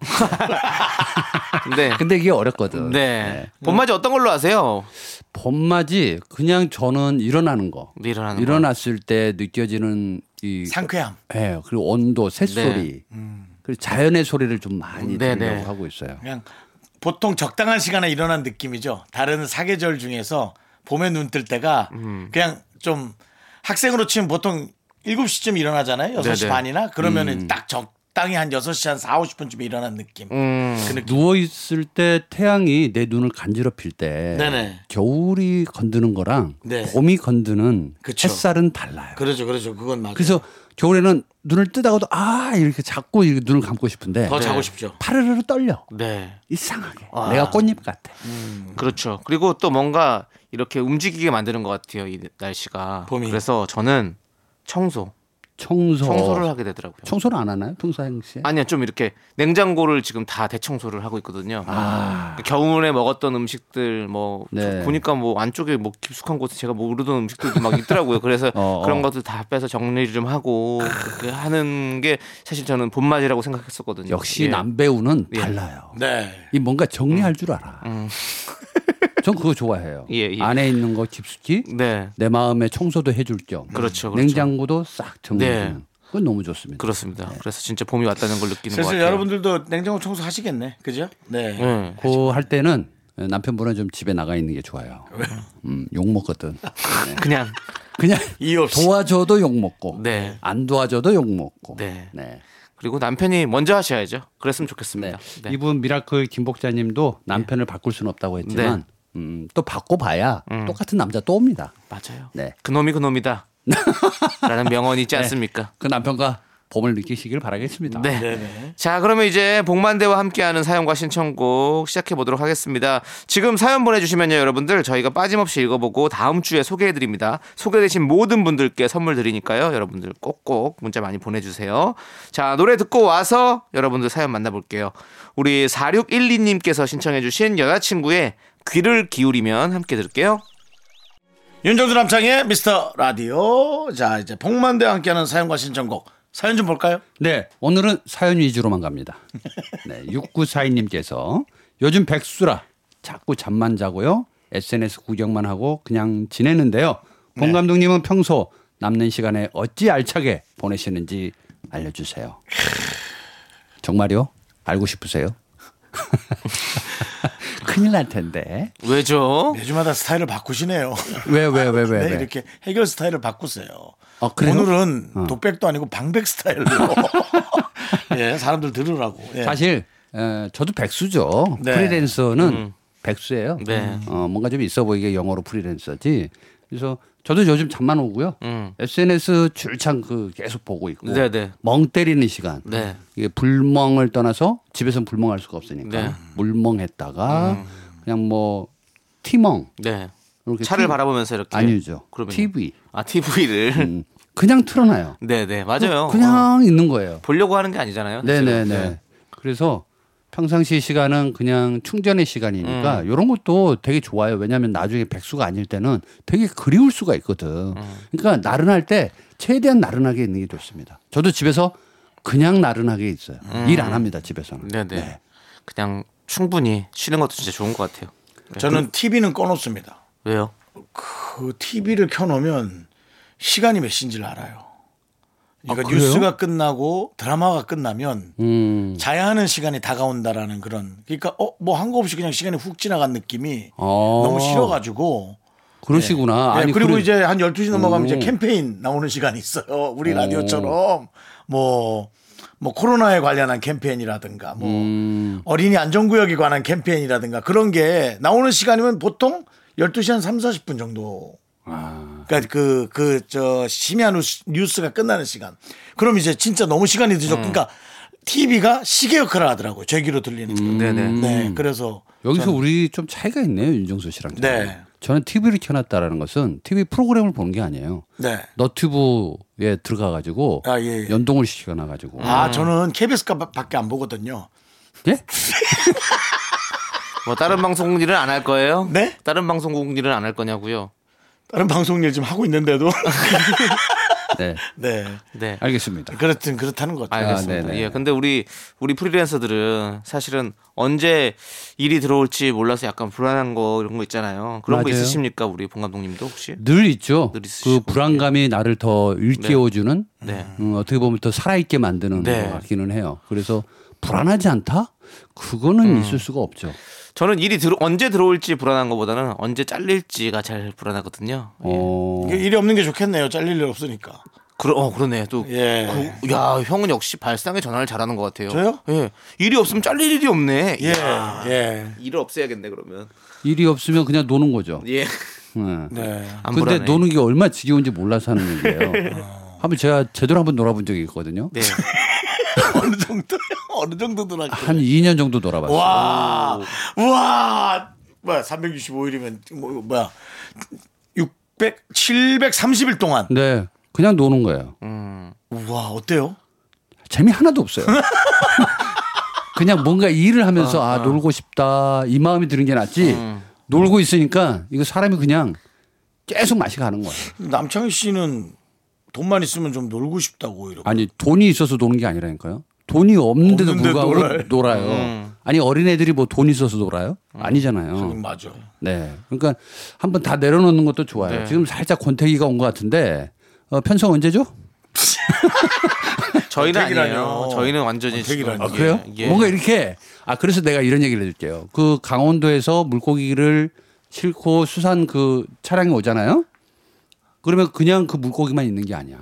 [SPEAKER 2] 근데
[SPEAKER 4] 근데 이게 어렵거든.
[SPEAKER 2] 네. 봄맞이 어떤 걸로 하세요?
[SPEAKER 4] 봄맞이 그냥 저는 일어나는 거.
[SPEAKER 2] 일어나는 거.
[SPEAKER 4] 일어났을 때 느껴지는 이
[SPEAKER 1] 상쾌함.
[SPEAKER 4] 예, 그리고 온도, 새소리, 그리고 자연의 소리를 좀 많이
[SPEAKER 2] 네,
[SPEAKER 4] 들으려고
[SPEAKER 2] 네.
[SPEAKER 4] 하고 있어요.
[SPEAKER 1] 그냥 보통 적당한 시간에 일어난 느낌이죠. 다른 사계절 중에서 봄에 눈 뜰 때가
[SPEAKER 2] 음.
[SPEAKER 1] 그냥 좀 학생으로 치면 보통 7시쯤 일어나잖아요. 6시
[SPEAKER 2] 네네. 음.
[SPEAKER 1] 반이나 그러면 은딱 적당히 한 6시 한 4, 50분쯤에 일어난 느낌.
[SPEAKER 2] 음.
[SPEAKER 1] 그 느낌.
[SPEAKER 4] 누워 있을 때 태양이 내 눈을 간지럽힐 때
[SPEAKER 1] 네네.
[SPEAKER 4] 겨울이 건드는 거랑
[SPEAKER 1] 네.
[SPEAKER 4] 봄이 건드는
[SPEAKER 1] 그쵸. 그렇죠.
[SPEAKER 4] 햇살은 달라요.
[SPEAKER 1] 그러죠. 그러죠. 그건 맞아요.
[SPEAKER 4] 그래서 겨울에는 눈을 뜨다가도 아 이렇게 자꾸 이렇게 눈을 감고 싶은데
[SPEAKER 1] 더 자고 싶죠.
[SPEAKER 4] 파르르 떨려
[SPEAKER 2] 네.
[SPEAKER 4] 이상하게 내가 꽃잎 같아.
[SPEAKER 2] 그렇죠. 그리고 또 뭔가 이렇게 움직이게 만드는 것 같아요. 이 날씨가.
[SPEAKER 1] 봄이.
[SPEAKER 2] 그래서 저는 청소.
[SPEAKER 4] 청소
[SPEAKER 2] 청소를 하게 되더라고요.
[SPEAKER 4] 어. 청소를 안 하나요 평상시에?
[SPEAKER 2] 아니요, 좀 이렇게 냉장고를 지금 다 대청소를 하고 있거든요. 그 겨울에 먹었던 음식들 뭐
[SPEAKER 4] 아. 네.
[SPEAKER 2] 저 보니까 뭐 안쪽에 뭐 깊숙한 곳에 제가 모르던 음식들도 막 있더라고요. 그래서
[SPEAKER 4] 어, 어.
[SPEAKER 2] 그런 것들 다 빼서 정리를 좀 하고 그렇게 하는 게 사실 저는 봄맞이라고 생각했었거든요.
[SPEAKER 4] 역시
[SPEAKER 2] 예.
[SPEAKER 4] 남 배우는
[SPEAKER 2] 예. 음.
[SPEAKER 4] 달라요.
[SPEAKER 1] 네.
[SPEAKER 4] 이 뭔가 정리할 줄 알아. 전 그거 좋아해요.
[SPEAKER 2] 예, 예.
[SPEAKER 4] 안에 있는 거 깊숙이
[SPEAKER 2] 네.
[SPEAKER 4] 내 마음의 청소도 해줄 겸
[SPEAKER 2] 그렇죠, 그렇죠.
[SPEAKER 4] 냉장고도 싹 정리해주는
[SPEAKER 2] 네.
[SPEAKER 4] 그건 너무 좋습니다.
[SPEAKER 2] 그렇습니다.
[SPEAKER 4] 네.
[SPEAKER 2] 그래서 진짜 봄이 왔다는 걸 느끼는 것
[SPEAKER 1] 슬슬
[SPEAKER 2] 같아요.
[SPEAKER 1] 여러분들도 냉장고 청소 하시겠네. 그죠? 네.
[SPEAKER 2] 예.
[SPEAKER 4] 그 할 때는 남편분은 좀 집에 나가 있는 게 좋아요. 음, 욕 먹거든. 네.
[SPEAKER 2] 그냥
[SPEAKER 4] 그냥
[SPEAKER 1] 이유 없이.
[SPEAKER 4] 도와줘도 욕 먹고,
[SPEAKER 2] 네.
[SPEAKER 4] 안 도와줘도 욕 먹고.
[SPEAKER 2] 네.
[SPEAKER 4] 네.
[SPEAKER 2] 그리고 남편이 먼저 하셔야죠. 그랬으면 좋겠습니다. 네.
[SPEAKER 4] 이분 미라클 김복자님도 남편을 바꿀 수는 없다고 했지만
[SPEAKER 2] 네.
[SPEAKER 4] 음, 또 바꿔봐야
[SPEAKER 2] 음.
[SPEAKER 4] 똑같은 남자 또 옵니다.
[SPEAKER 2] 맞아요.
[SPEAKER 4] 네.
[SPEAKER 2] 그놈이 그놈이다. 라는 명언이 있지 않습니까?
[SPEAKER 4] 그 남편과 봄을 느끼시길 바라겠습니다.
[SPEAKER 2] 네. 자, 그러면 이제 복만대와 함께하는 사연과 신청곡 시작해 보도록 하겠습니다. 지금 사연 보내주시면요, 여러분들 저희가 빠짐없이 읽어보고 다음 주에 소개해 드립니다. 소개되신 모든 분들께 선물 드리니까요, 여러분들 꼭꼭 문자 많이 보내주세요. 자, 노래 듣고 와서 여러분들 사연 만나볼게요. 우리 4612님께서 신청해주신 여자친구의 귀를 기울이면 함께 들을게요.
[SPEAKER 1] 윤정수 남창의 미스터 라디오. 자, 이제 복만대와 함께하는 사연과 신청곡. 사연 좀 볼까요?
[SPEAKER 4] 네, 오늘은 사연 위주로만 갑니다. 네, 6942님께서 요즘 백수라 자꾸 잠만 자고요. SNS 구경만 하고 그냥 지내는데요. 본 감독님은 평소 남는 시간에 어찌 알차게 보내시는지 알려주세요. 정말요? 알고 싶으세요? 큰일 날 텐데.
[SPEAKER 2] 왜죠?
[SPEAKER 1] 매주마다 스타일을 바꾸시네요.
[SPEAKER 4] 왜, 왜, 왜, 왜?
[SPEAKER 1] 네,
[SPEAKER 4] 왜?
[SPEAKER 1] 이렇게 해결 스타일을 바꾸세요.
[SPEAKER 4] 아, 그래요?
[SPEAKER 1] 오늘은
[SPEAKER 4] 어.
[SPEAKER 1] 독백도 아니고 방백 스타일로. 예, 사람들 들으라고. 예.
[SPEAKER 4] 사실 에, 저도 백수죠.
[SPEAKER 1] 네.
[SPEAKER 4] 프리랜서는 백수예요.
[SPEAKER 2] 음. 네.
[SPEAKER 4] 어, 뭔가 좀 있어 보이게 영어로 프리랜서지. 그래서 저도 요즘 잠만 오고요.
[SPEAKER 2] 음.
[SPEAKER 4] SNS 줄창 그 계속 보고 있고
[SPEAKER 2] 네, 네.
[SPEAKER 4] 멍 때리는 시간.
[SPEAKER 2] 네.
[SPEAKER 4] 이게 불멍을 떠나서 집에서는 불멍할 수가 없으니까
[SPEAKER 2] 네. 음.
[SPEAKER 4] 물멍했다가 그냥 뭐 티멍
[SPEAKER 2] 네.
[SPEAKER 4] 이렇게
[SPEAKER 2] 차를
[SPEAKER 4] 티-
[SPEAKER 2] 바라보면서 이렇게
[SPEAKER 4] 아니죠.
[SPEAKER 2] 그러면
[SPEAKER 4] TV
[SPEAKER 2] 아 TV를
[SPEAKER 4] 음, 그냥 틀어놔요.
[SPEAKER 2] 네, 네, 맞아요. 어,
[SPEAKER 4] 그냥 있는 거예요.
[SPEAKER 2] 보려고 하는 게 아니잖아요.
[SPEAKER 4] 네네네.
[SPEAKER 2] 지금.
[SPEAKER 4] 그래서 평상시 시간은 그냥 충전의 시간이니까
[SPEAKER 1] 음.
[SPEAKER 4] 이런 것도 되게 좋아요. 왜냐하면 나중에 백수가 아닐 때는 되게 그리울 수가 있거든.
[SPEAKER 1] 음.
[SPEAKER 4] 그러니까 나른할 때 최대한 나른하게 있는 게 좋습니다. 저도 집에서 그냥 나른하게 있어요.
[SPEAKER 1] 음.
[SPEAKER 4] 일 안 합니다 집에서는.
[SPEAKER 2] 네, 네. 그냥 충분히 쉬는 것도 진짜 좋은 것 같아요.
[SPEAKER 4] 그
[SPEAKER 1] 저는 TV는 꺼놓습니다.
[SPEAKER 2] 왜요?
[SPEAKER 1] 그 TV를 켜놓으면 시간이 몇 시인지를 알아요. 그러니까
[SPEAKER 4] 그래요?
[SPEAKER 1] 뉴스가 끝나고 드라마가 끝나면
[SPEAKER 4] 음.
[SPEAKER 1] 자야 하는 시간이 다가온다라는 그런 그러니까 어 뭐 한 거 없이 그냥 시간이 훅 지나간 느낌이
[SPEAKER 4] 어.
[SPEAKER 1] 너무 싫어가지고
[SPEAKER 4] 그러시구나.
[SPEAKER 1] 예,
[SPEAKER 4] 아니
[SPEAKER 1] 그리고
[SPEAKER 4] 그래-
[SPEAKER 1] 이제 한 12시 넘어가면
[SPEAKER 4] 오.
[SPEAKER 1] 이제 캠페인 나오는 시간이 있어요. 우리 라디오처럼 뭐, 뭐 코로나에 관련한 캠페인이라든가 뭐
[SPEAKER 4] 음.
[SPEAKER 1] 어린이 안전구역에 관한 캠페인이라든가 그런 게 나오는 시간이면 보통 12시 한 3, 40분 정도.
[SPEAKER 4] 아.
[SPEAKER 1] 그러니까 그, 그, 저, 심야 뉴스, 뉴스가 끝나는 시간. 그럼 이제 진짜 너무 시간이
[SPEAKER 4] 음.
[SPEAKER 1] 늦었으니까 TV가 시계 역할을 하더라고요. 제 귀로 들리는.
[SPEAKER 2] 네네.
[SPEAKER 4] 음.
[SPEAKER 1] 네. 그래서.
[SPEAKER 4] 여기서
[SPEAKER 1] 저는-
[SPEAKER 4] 우리 좀 차이가 있네요, 윤정수 씨랑. 저랑.
[SPEAKER 1] 네.
[SPEAKER 4] 저는 TV를 켜놨다라는 것은 TV 프로그램을 보는 게 아니에요.
[SPEAKER 1] 네.
[SPEAKER 4] 너튜브에 들어가가지고
[SPEAKER 1] 아, 예, 예.
[SPEAKER 4] 연동을 시켜놔가지고.
[SPEAKER 1] 아, 저는 KBS 밖에 안 보거든요.
[SPEAKER 4] 예?
[SPEAKER 2] 뭐 다른 방송 일은 안 할 거예요?
[SPEAKER 1] 네?
[SPEAKER 2] 다른 방송 일은 안 할 거냐고요?
[SPEAKER 1] 다른 방송 일 지금 하고 있는데도.
[SPEAKER 4] 네.
[SPEAKER 1] 네.
[SPEAKER 2] 네.
[SPEAKER 4] 알겠습니다.
[SPEAKER 1] 그렇든 그렇다는 것 같아요.
[SPEAKER 2] 알겠습니다.
[SPEAKER 4] 아, 네네.
[SPEAKER 2] 예. 근데 우리 우리 프리랜서들은 사실은 언제 일이 들어올지 몰라서 약간 불안한 거 이런 거 있잖아요. 그런 거
[SPEAKER 4] 맞아요.
[SPEAKER 2] 있으십니까? 우리 봉 감독님도 혹시?
[SPEAKER 4] 늘 있죠.
[SPEAKER 2] 늘
[SPEAKER 4] 그
[SPEAKER 2] 있으시고.
[SPEAKER 4] 불안감이 나를 더 일깨워주는
[SPEAKER 2] 네.
[SPEAKER 4] 음, 어떻게 보면 더 살아있게 만드는
[SPEAKER 2] 네.
[SPEAKER 4] 것 같기는 해요. 그래서 불안하지 않다?
[SPEAKER 2] 음.
[SPEAKER 4] 그거는 있을 수가
[SPEAKER 2] 예.
[SPEAKER 4] 없죠.
[SPEAKER 2] 저는 일이 들어 언제 들어올지 불안한 거보다는 언제 잘릴지가 잘 불안하거든요. 예.
[SPEAKER 4] 어,
[SPEAKER 1] 이게 일이 없는 게 좋겠네요. 잘릴 일 없으니까.
[SPEAKER 2] 그러, 어 그러네. 또
[SPEAKER 1] 예.
[SPEAKER 2] 그- 야, 형은 역시 발상의 전환을 잘하는 것 같아요.
[SPEAKER 1] 저요?
[SPEAKER 2] 예. 일이 없으면 잘릴 일이 없네.
[SPEAKER 1] 예.
[SPEAKER 2] 이야,
[SPEAKER 1] 예.
[SPEAKER 2] 일을 없애야겠네 그러면.
[SPEAKER 4] 일이 없으면 그냥 노는 거죠.
[SPEAKER 2] 예.
[SPEAKER 4] 네.
[SPEAKER 1] 네.
[SPEAKER 2] 안
[SPEAKER 4] 근데
[SPEAKER 2] 불안해. 어.
[SPEAKER 4] 노는 게 얼마나 지겨운지 몰라서 하는 얘기예요. 한번 제가 제대로 한번 놀아본 적이 있거든요.
[SPEAKER 2] 네.
[SPEAKER 1] 어느 정도 어느 정도 누나.
[SPEAKER 4] 한 2년 정도 놀아봤어요.
[SPEAKER 1] 와. 와. 뭐야? 365일이면 뭐, 뭐야? 600 730일 동안.
[SPEAKER 4] 네. 그냥 노는 거예요.
[SPEAKER 1] 우와, 어때요?
[SPEAKER 4] 재미 하나도 없어요. 그냥 뭔가 일을 하면서 아, 놀고 싶다 이 마음이 드는 게 낫지 놀고 있으니까 이거 사람이 그냥 계속 맛이 가는 거예요.
[SPEAKER 1] 남창희 씨는 돈만 있으면 좀 놀고 싶다고 이렇게.
[SPEAKER 4] 아니 돈이 있어서 노는 게 아니라니까요. 돈이 없는데도
[SPEAKER 1] 없는데
[SPEAKER 4] 불구하고
[SPEAKER 1] 놀아요.
[SPEAKER 4] 놀아요. 아니 어린애들이 뭐 돈 있어서 놀아요? 아니잖아요.
[SPEAKER 1] 맞아.
[SPEAKER 4] 네. 그러니까 한번 다 내려놓는 것도 좋아요. 지금 살짝 권태기가 온 것 같은데 어, 편성 언제죠?
[SPEAKER 2] 저희는 아니에요.
[SPEAKER 1] 권태기라뇨.
[SPEAKER 2] 저희는 완전히
[SPEAKER 1] 권태기라뇨.
[SPEAKER 2] 지금
[SPEAKER 1] 아,
[SPEAKER 4] 그래요?
[SPEAKER 2] 예, 예.
[SPEAKER 4] 뭔가 이렇게 아 그래서 내가 이런 얘기를 해줄게요. 그 강원도에서 물고기를 싣고 수산 그 차량이 오잖아요. 그러면 그냥 그 물고기만 있는 게 아니야.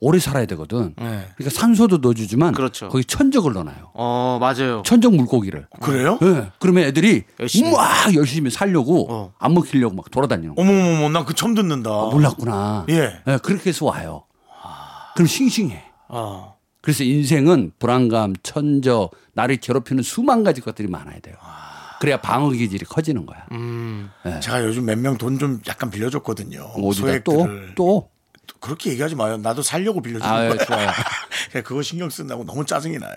[SPEAKER 4] 오래 살아야 되거든.
[SPEAKER 1] 네.
[SPEAKER 4] 그러니까 산소도 넣어주지만
[SPEAKER 2] 그렇죠.
[SPEAKER 4] 거기 천적을 넣어놔요.
[SPEAKER 2] 어 맞아요.
[SPEAKER 4] 천적 물고기를.
[SPEAKER 1] 그래요?
[SPEAKER 4] 예. 그러면 애들이
[SPEAKER 2] 어? 열심히.
[SPEAKER 4] 막 열심히 살려고
[SPEAKER 2] 어.
[SPEAKER 4] 안 먹히려고 막 돌아다니는 거.
[SPEAKER 1] 어머머머, 난 그 처음 듣는다.
[SPEAKER 4] 몰랐구나.
[SPEAKER 1] 예.
[SPEAKER 4] 그렇게 해서 와요. 그럼 싱싱해.
[SPEAKER 1] 아.
[SPEAKER 4] 그래서 인생은 불안감, 천적, 나를 괴롭히는 수만 가지 것들이 많아야 돼요. 그래야 방어 기질이 커지는 거야.
[SPEAKER 1] 음, 제가 요즘 몇 명 돈 좀 약간 빌려줬거든요.
[SPEAKER 4] 네. 그 어디다 또
[SPEAKER 1] 소액들을.
[SPEAKER 4] 또.
[SPEAKER 1] 그렇게 얘기하지 마요. 나도 살려고 빌려주는
[SPEAKER 4] 아, 예,
[SPEAKER 1] 거야.
[SPEAKER 4] 좋아요.
[SPEAKER 1] 그냥 그거 신경 쓴다고 너무 짜증이 나요.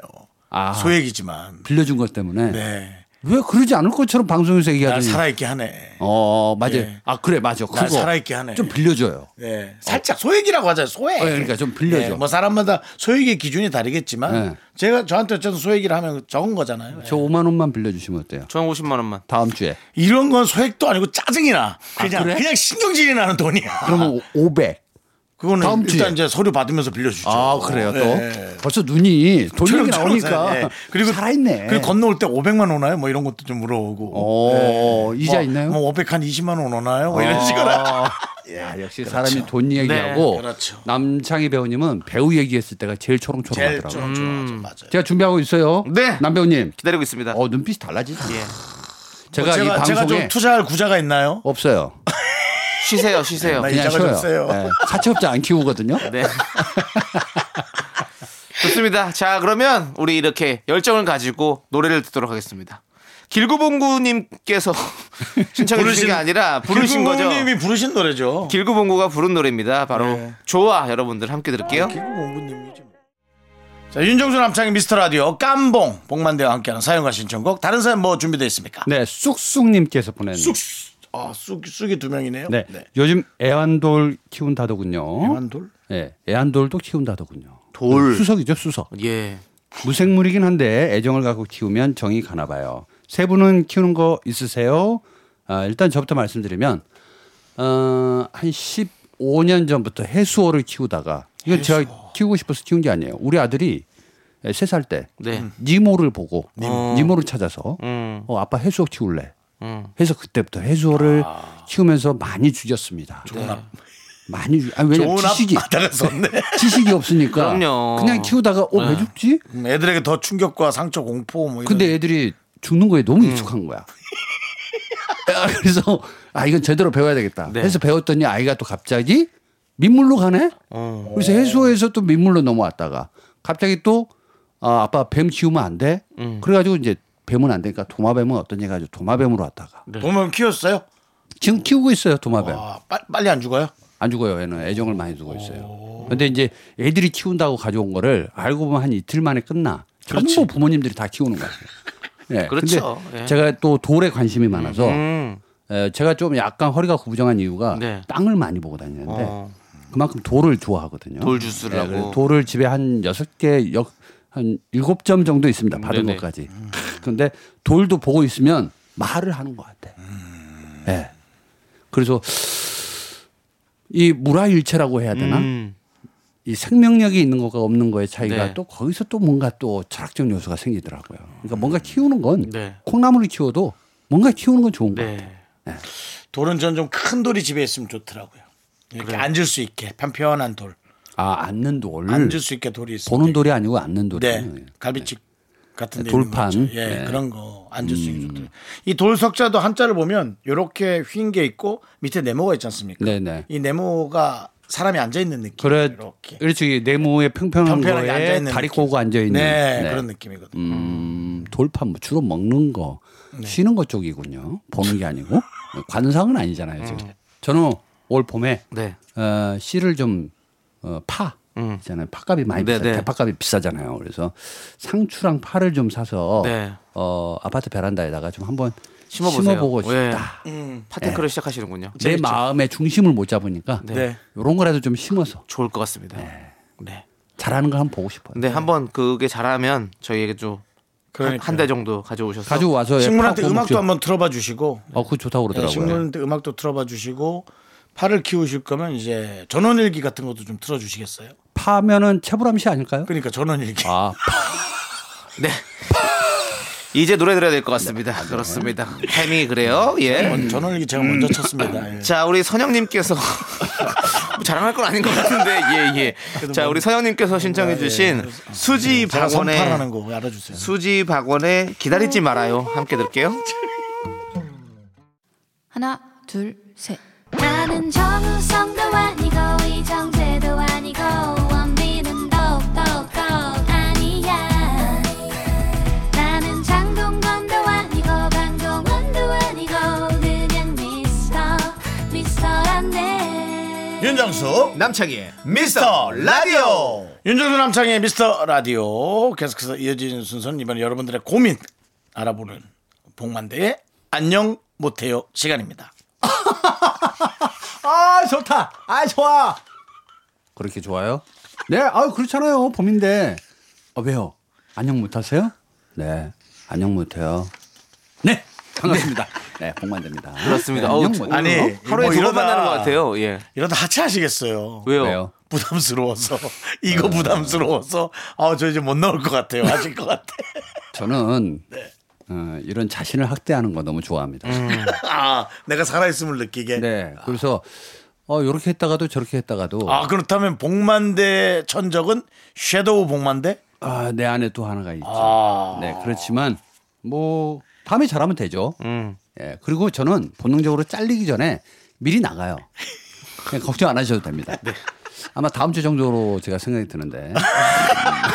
[SPEAKER 4] 아,
[SPEAKER 1] 소액이지만.
[SPEAKER 4] 빌려준 것 때문에
[SPEAKER 1] 네.
[SPEAKER 4] 왜 그러지 않을 것처럼 방송에서
[SPEAKER 1] 날
[SPEAKER 4] 얘기하더니
[SPEAKER 1] 살아있게 하네.
[SPEAKER 4] 어 맞아
[SPEAKER 1] 예.
[SPEAKER 4] 아 그래 맞아
[SPEAKER 1] 날
[SPEAKER 4] 그거
[SPEAKER 1] 살아있게 하네.
[SPEAKER 4] 좀 빌려줘요
[SPEAKER 1] 네. 살짝 소액이라고 하잖아요. 소액.
[SPEAKER 4] 어, 그러니까 좀 빌려줘.
[SPEAKER 1] 네, 뭐 사람마다 소액의 기준이 다르겠지만
[SPEAKER 4] 네.
[SPEAKER 1] 제가 저한테 어쨌든 소액이라 하면 적은 거잖아요. 네.
[SPEAKER 4] 저 5만 원만 빌려주시면 어때요
[SPEAKER 2] 저 50만 원만.
[SPEAKER 4] 다음 주에
[SPEAKER 1] 이런 건 소액도 아니고 짜증이 나. 그냥
[SPEAKER 4] 그래?
[SPEAKER 1] 그냥 신경질이 나는 돈이야.
[SPEAKER 4] 그러면 500
[SPEAKER 1] 그거는
[SPEAKER 4] 다음
[SPEAKER 1] 일단
[SPEAKER 4] 주에.
[SPEAKER 1] 이제 서류 받으면서 빌려주죠.
[SPEAKER 4] 아 그래요 또
[SPEAKER 1] 네.
[SPEAKER 4] 벌써 눈이 돈 얘기
[SPEAKER 1] 초롱초롱
[SPEAKER 4] 나오니까
[SPEAKER 1] 네.
[SPEAKER 4] 그리고
[SPEAKER 1] 그리고
[SPEAKER 4] 살아있네
[SPEAKER 1] 그리고 건너올 때 500만 오나요? 뭐 이런 것도 좀 물어보고.
[SPEAKER 4] 오 이자
[SPEAKER 1] 뭐,
[SPEAKER 4] 있나요? 아,
[SPEAKER 1] 뭐 500 한 20만 원 오나요? 뭐 이런 식으로.
[SPEAKER 4] 야, 아, 역시 사람이 돈 얘기하고
[SPEAKER 1] 네, 그렇죠.
[SPEAKER 4] 남창희 배우님은 배우 얘기했을 때가
[SPEAKER 1] 제일
[SPEAKER 4] 제일 초롱초롱하더라고요.
[SPEAKER 1] 좀 좋아하죠. 맞아요.
[SPEAKER 4] 제가 준비하고 있어요.
[SPEAKER 2] 네.
[SPEAKER 4] 남 배우님.
[SPEAKER 2] 기다리고 있습니다.
[SPEAKER 4] 어 눈빛이 달라지죠. 제가
[SPEAKER 1] 뭐 제가,
[SPEAKER 4] 이
[SPEAKER 1] 아, 예. 제가,
[SPEAKER 4] 방송에
[SPEAKER 1] 좀 투자할 구자가 있나요?
[SPEAKER 4] 없어요.
[SPEAKER 2] 쉬세요, 쉬세요.
[SPEAKER 1] 나
[SPEAKER 4] 그냥
[SPEAKER 1] 이자가
[SPEAKER 4] 쉬어요.
[SPEAKER 1] 좀 세요.
[SPEAKER 4] 네, 사채업자 안 키우거든요.
[SPEAKER 2] 네. 좋습니다. 자, 그러면 우리 이렇게 열정을 가지고 노래를 듣도록 하겠습니다. 길구봉구님께서 신청해 주신 게 아니라 부르신 거죠.
[SPEAKER 1] 님이 부르신 노래죠.
[SPEAKER 2] 길구봉구가 부른 노래입니다. 바로 좋아 여러분들 함께 들을게요.
[SPEAKER 1] 공부님이지. 뭐 자, 윤정수 남창의 미스터 라디오 깜봉 복만대와 함께하는 사연과 신청곡 다른 사연 뭐 준비되어 있습니까?
[SPEAKER 4] 네, 쑥쑥님께서 보내는.
[SPEAKER 1] 쑥. 아, 쑥 쑥이 두 명이네요.
[SPEAKER 4] 네. 요즘 애완돌 키운다더군요.
[SPEAKER 1] 애완돌?
[SPEAKER 4] 네, 애완돌도 키운다더군요.
[SPEAKER 2] 돌.
[SPEAKER 4] 수석이죠, 수석.
[SPEAKER 2] 예.
[SPEAKER 4] 무생물이긴 한데 애정을 갖고 키우면 정이 가나 봐요. 세 분은 키우는 거 있으세요? 아, 일단 저부터 말씀드리면 어, 한 15년 전부터 해수어를 키우다가 이건 제가 키우고 싶어서 키운 게 아니에요. 우리 아들이 세 살 때
[SPEAKER 2] 네.
[SPEAKER 4] 니모를 보고 니모를 찾아서 어, 아빠 해수어 키울래. 해서 그때부터 해수어를 키우면서 많이 줄였습니다. 네. 많이 줄. 아니 왜냐
[SPEAKER 1] 좋은
[SPEAKER 4] 지식이
[SPEAKER 1] 앞바다가 섰네.
[SPEAKER 4] 지식이 없으니까
[SPEAKER 2] 그럼요.
[SPEAKER 4] 냥 키우다가 어왜 죽지?
[SPEAKER 1] 음, 애들에게 더 충격과 상처, 공포 뭐 이런.
[SPEAKER 4] 근데 애들이 죽는 거에 너무 익숙한 거야. 야, 그래서 아 이건 제대로 배워야 되겠다.
[SPEAKER 2] 네.
[SPEAKER 4] 해서 배웠더니 아이가 또 갑자기 민물로 가네. 그래서 해수에서 또 민물로 넘어왔다가 갑자기 또 아, 아빠 뱀 키우면 안 돼. 그래가지고 이제 뱀은 안 되니까 도마뱀은 어떤 얘가 가지고 도마뱀으로 왔다가
[SPEAKER 1] 보면 키웠어요?
[SPEAKER 4] 지금 키우고 있어요 도마뱀.
[SPEAKER 1] 아, 빨- 빨리 안 죽어요?
[SPEAKER 4] 안 죽어요. 얘는 애정을 많이 두고 있어요. 근데 이제 애들이 키운다고 가져온 거를 알고 보면 한 이틀 만에 끝나. 전부 부모님들이 다 키우는 거예요. 예,
[SPEAKER 2] 그렇죠.
[SPEAKER 4] 근데
[SPEAKER 2] 예.
[SPEAKER 4] 제가 또 돌에 관심이 많아서
[SPEAKER 2] 음.
[SPEAKER 4] 에, 제가 좀 약간 허리가 구부정한 이유가
[SPEAKER 2] 네.
[SPEAKER 4] 땅을 많이 보고 다니는데
[SPEAKER 2] 어.
[SPEAKER 4] 그만큼 돌을 좋아하거든요.
[SPEAKER 2] 돌 주스를 하고.
[SPEAKER 4] 네, 그래서 돌을 집에 한 여섯 개 역, 한 일곱 점 정도 있습니다. 받은
[SPEAKER 2] 네네.
[SPEAKER 4] 것까지. 근데 돌도 보고 있으면 말을 하는 것 같아.
[SPEAKER 2] 음.
[SPEAKER 4] 예. 그래서 이 물화일체라고 해야 되나?
[SPEAKER 2] 음.
[SPEAKER 4] 이 생명력이 있는 것과 없는 것의 차이가
[SPEAKER 2] 네.
[SPEAKER 4] 또 거기서 또 뭔가 또 철학적 요소가 생기더라고요. 그러니까 뭔가 키우는 건
[SPEAKER 2] 음. 네.
[SPEAKER 4] 콩나물을 키워도 뭔가 키우는 건 좋은 거예요.
[SPEAKER 2] 네.
[SPEAKER 1] 돌은 전 좀 큰 돌이 집에 있으면 좋더라고요. 이렇게 앉을 수 있게 편편한 돌,
[SPEAKER 4] 아, 앉는 돌.
[SPEAKER 1] 앉을 수 있게 돌이 있어요.
[SPEAKER 4] 보는 돌이 아니고 앉는 돌이.
[SPEAKER 1] 네, 갈비집 같은 데
[SPEAKER 4] 네, 돌판.
[SPEAKER 1] 있는 거 있죠. 예,
[SPEAKER 4] 네. 음.
[SPEAKER 1] 그런 거 앉을 수 있는 좋더라고요. 이 돌석자도 한자를 보면 요렇게 휜 게 있고 밑에 네모가 있지 않습니까?
[SPEAKER 4] 네네.
[SPEAKER 1] 이 네모가 사람이 앉아 있는 느낌.
[SPEAKER 4] 그래,
[SPEAKER 1] 이렇게
[SPEAKER 4] 그렇지. 네모의 평평한
[SPEAKER 1] 편편하게 앉아
[SPEAKER 4] 거에
[SPEAKER 1] 있는
[SPEAKER 4] 다리
[SPEAKER 1] 느낌.
[SPEAKER 4] 꼬고 앉아 있는.
[SPEAKER 1] 네, 그런 느낌이거든요.
[SPEAKER 4] 음, 돌판 뭐 주로 먹는 거,
[SPEAKER 1] 네.
[SPEAKER 4] 쉬는 거 쪽이군요. 보는 게 아니고 관상은 아니잖아요.
[SPEAKER 1] 음.
[SPEAKER 4] 지금. 저는 올 봄에
[SPEAKER 2] 네.
[SPEAKER 4] 어, 씨를 좀 어, 파.
[SPEAKER 1] 음.
[SPEAKER 4] 있잖아요. 팥값이 많이
[SPEAKER 2] 네,
[SPEAKER 4] 비싸.
[SPEAKER 2] 네.
[SPEAKER 4] 대파값이 비싸잖아요. 그래서 상추랑 파를 좀 사서
[SPEAKER 2] 네.
[SPEAKER 4] 어, 아파트 베란다에다가 좀 한번
[SPEAKER 2] 심어보세요.
[SPEAKER 4] 심어보고 싶다.
[SPEAKER 2] 예. 파테크를 시작하시는군요.
[SPEAKER 4] 내 마음의 중심을 못 잡으니까
[SPEAKER 2] 네.
[SPEAKER 4] 이런 거라도 좀 심어서
[SPEAKER 2] 좋을 것 같습니다. 네. 네.
[SPEAKER 4] 잘하는 걸 한번 보고 싶어요.
[SPEAKER 2] 근데 한번 그게 잘하면 저희에게 좀
[SPEAKER 1] 그러니까요.
[SPEAKER 2] 한 대 정도 가져오셔서
[SPEAKER 4] 가지고 와서
[SPEAKER 1] 식물한테
[SPEAKER 4] 파
[SPEAKER 1] 음악도
[SPEAKER 4] 꼬먹죠.
[SPEAKER 1] 한번 틀어봐 주시고
[SPEAKER 4] 어, 그거 좋다고
[SPEAKER 1] 네,
[SPEAKER 4] 그러더라고요.
[SPEAKER 1] 식물한테 음악도 틀어봐 주시고 파를 키우실 거면 이제 전원일기 같은 것도 좀 틀어주시겠어요?
[SPEAKER 4] 파면은 채불암씨 아닐까요?
[SPEAKER 1] 그러니까 전원일기.
[SPEAKER 4] 아,
[SPEAKER 2] 네. 이제 노래 들어야 될 것 같습니다.
[SPEAKER 4] 네.
[SPEAKER 2] 그렇습니다. 타이밍이 그래요. 예.
[SPEAKER 1] 전- 전원일기 제가 먼저 쳤습니다. 예.
[SPEAKER 2] 자, 우리 선영님께서 자랑할 건 아닌 것 같은데, 예, 예.
[SPEAKER 1] 뭐
[SPEAKER 2] 자, 우리 선영님께서 신청해주신 수지
[SPEAKER 1] 네, 제가
[SPEAKER 2] 박원의
[SPEAKER 1] 선파라는 거 알아주세요.
[SPEAKER 2] 수지 박원의 기다리지 말아요. 함께 들을게요.
[SPEAKER 9] 하나, 둘, 셋.
[SPEAKER 3] 나는 정우성도 아니고 이정재도 아니고 원빈은 더욱더 아니야 나는 장동건도 아니고 강동원도 아니고 그냥 미스터 미스터란데
[SPEAKER 1] 윤정수
[SPEAKER 2] 남창희의
[SPEAKER 1] 미스터 라디오 윤정수 남창의 미스터 라디오 계속해서 이어지는 순서는 이번 여러분들의 고민 알아보는 복만대의 안녕 못해요 시간입니다
[SPEAKER 4] 아 좋다. 아 좋아. 그렇게 좋아요? 네, 아 그렇잖아요. 봄인데. 아 왜요? 안녕 못하세요? 네, 안녕 못해요. 네, 반갑습니다. 네, 복만됩니다.
[SPEAKER 2] 그렇습니다.
[SPEAKER 4] 네,
[SPEAKER 2] 어우,
[SPEAKER 4] 안녕 못해요.
[SPEAKER 1] 아니,
[SPEAKER 2] 오늘 하루에
[SPEAKER 1] 뭐
[SPEAKER 2] 두 번
[SPEAKER 1] 이러다-
[SPEAKER 2] 만나는 것 같아요. 예.
[SPEAKER 1] 이러다 하차하시겠어요
[SPEAKER 2] 왜요?
[SPEAKER 4] 왜요?
[SPEAKER 1] 부담스러워서 이거 부담스러워서 아 저 이제 못 나올 것 같아요 하실 것 같아
[SPEAKER 4] 저는 어, 이런 자신을 학대하는 거 너무 좋아합니다.
[SPEAKER 2] 음.
[SPEAKER 1] 아 내가 살아있음을 느끼게
[SPEAKER 4] 네, 그래서 어 이렇게 했다가도 저렇게 했다가도
[SPEAKER 1] 아 그렇다면 복만대 천적은 섀도우 복만대
[SPEAKER 4] 아, 내 안에 또 하나가 있죠.
[SPEAKER 1] 아.
[SPEAKER 4] 네, 그렇지만 뭐 다음에 잘하면 되죠.
[SPEAKER 2] 음.
[SPEAKER 4] 예, 그리고 저는 본능적으로 잘리기 전에 미리 나가요. 그냥 걱정 안 하셔도 됩니다.
[SPEAKER 2] 네.
[SPEAKER 4] 아마 다음 주 정도로 제가 생각이 드는데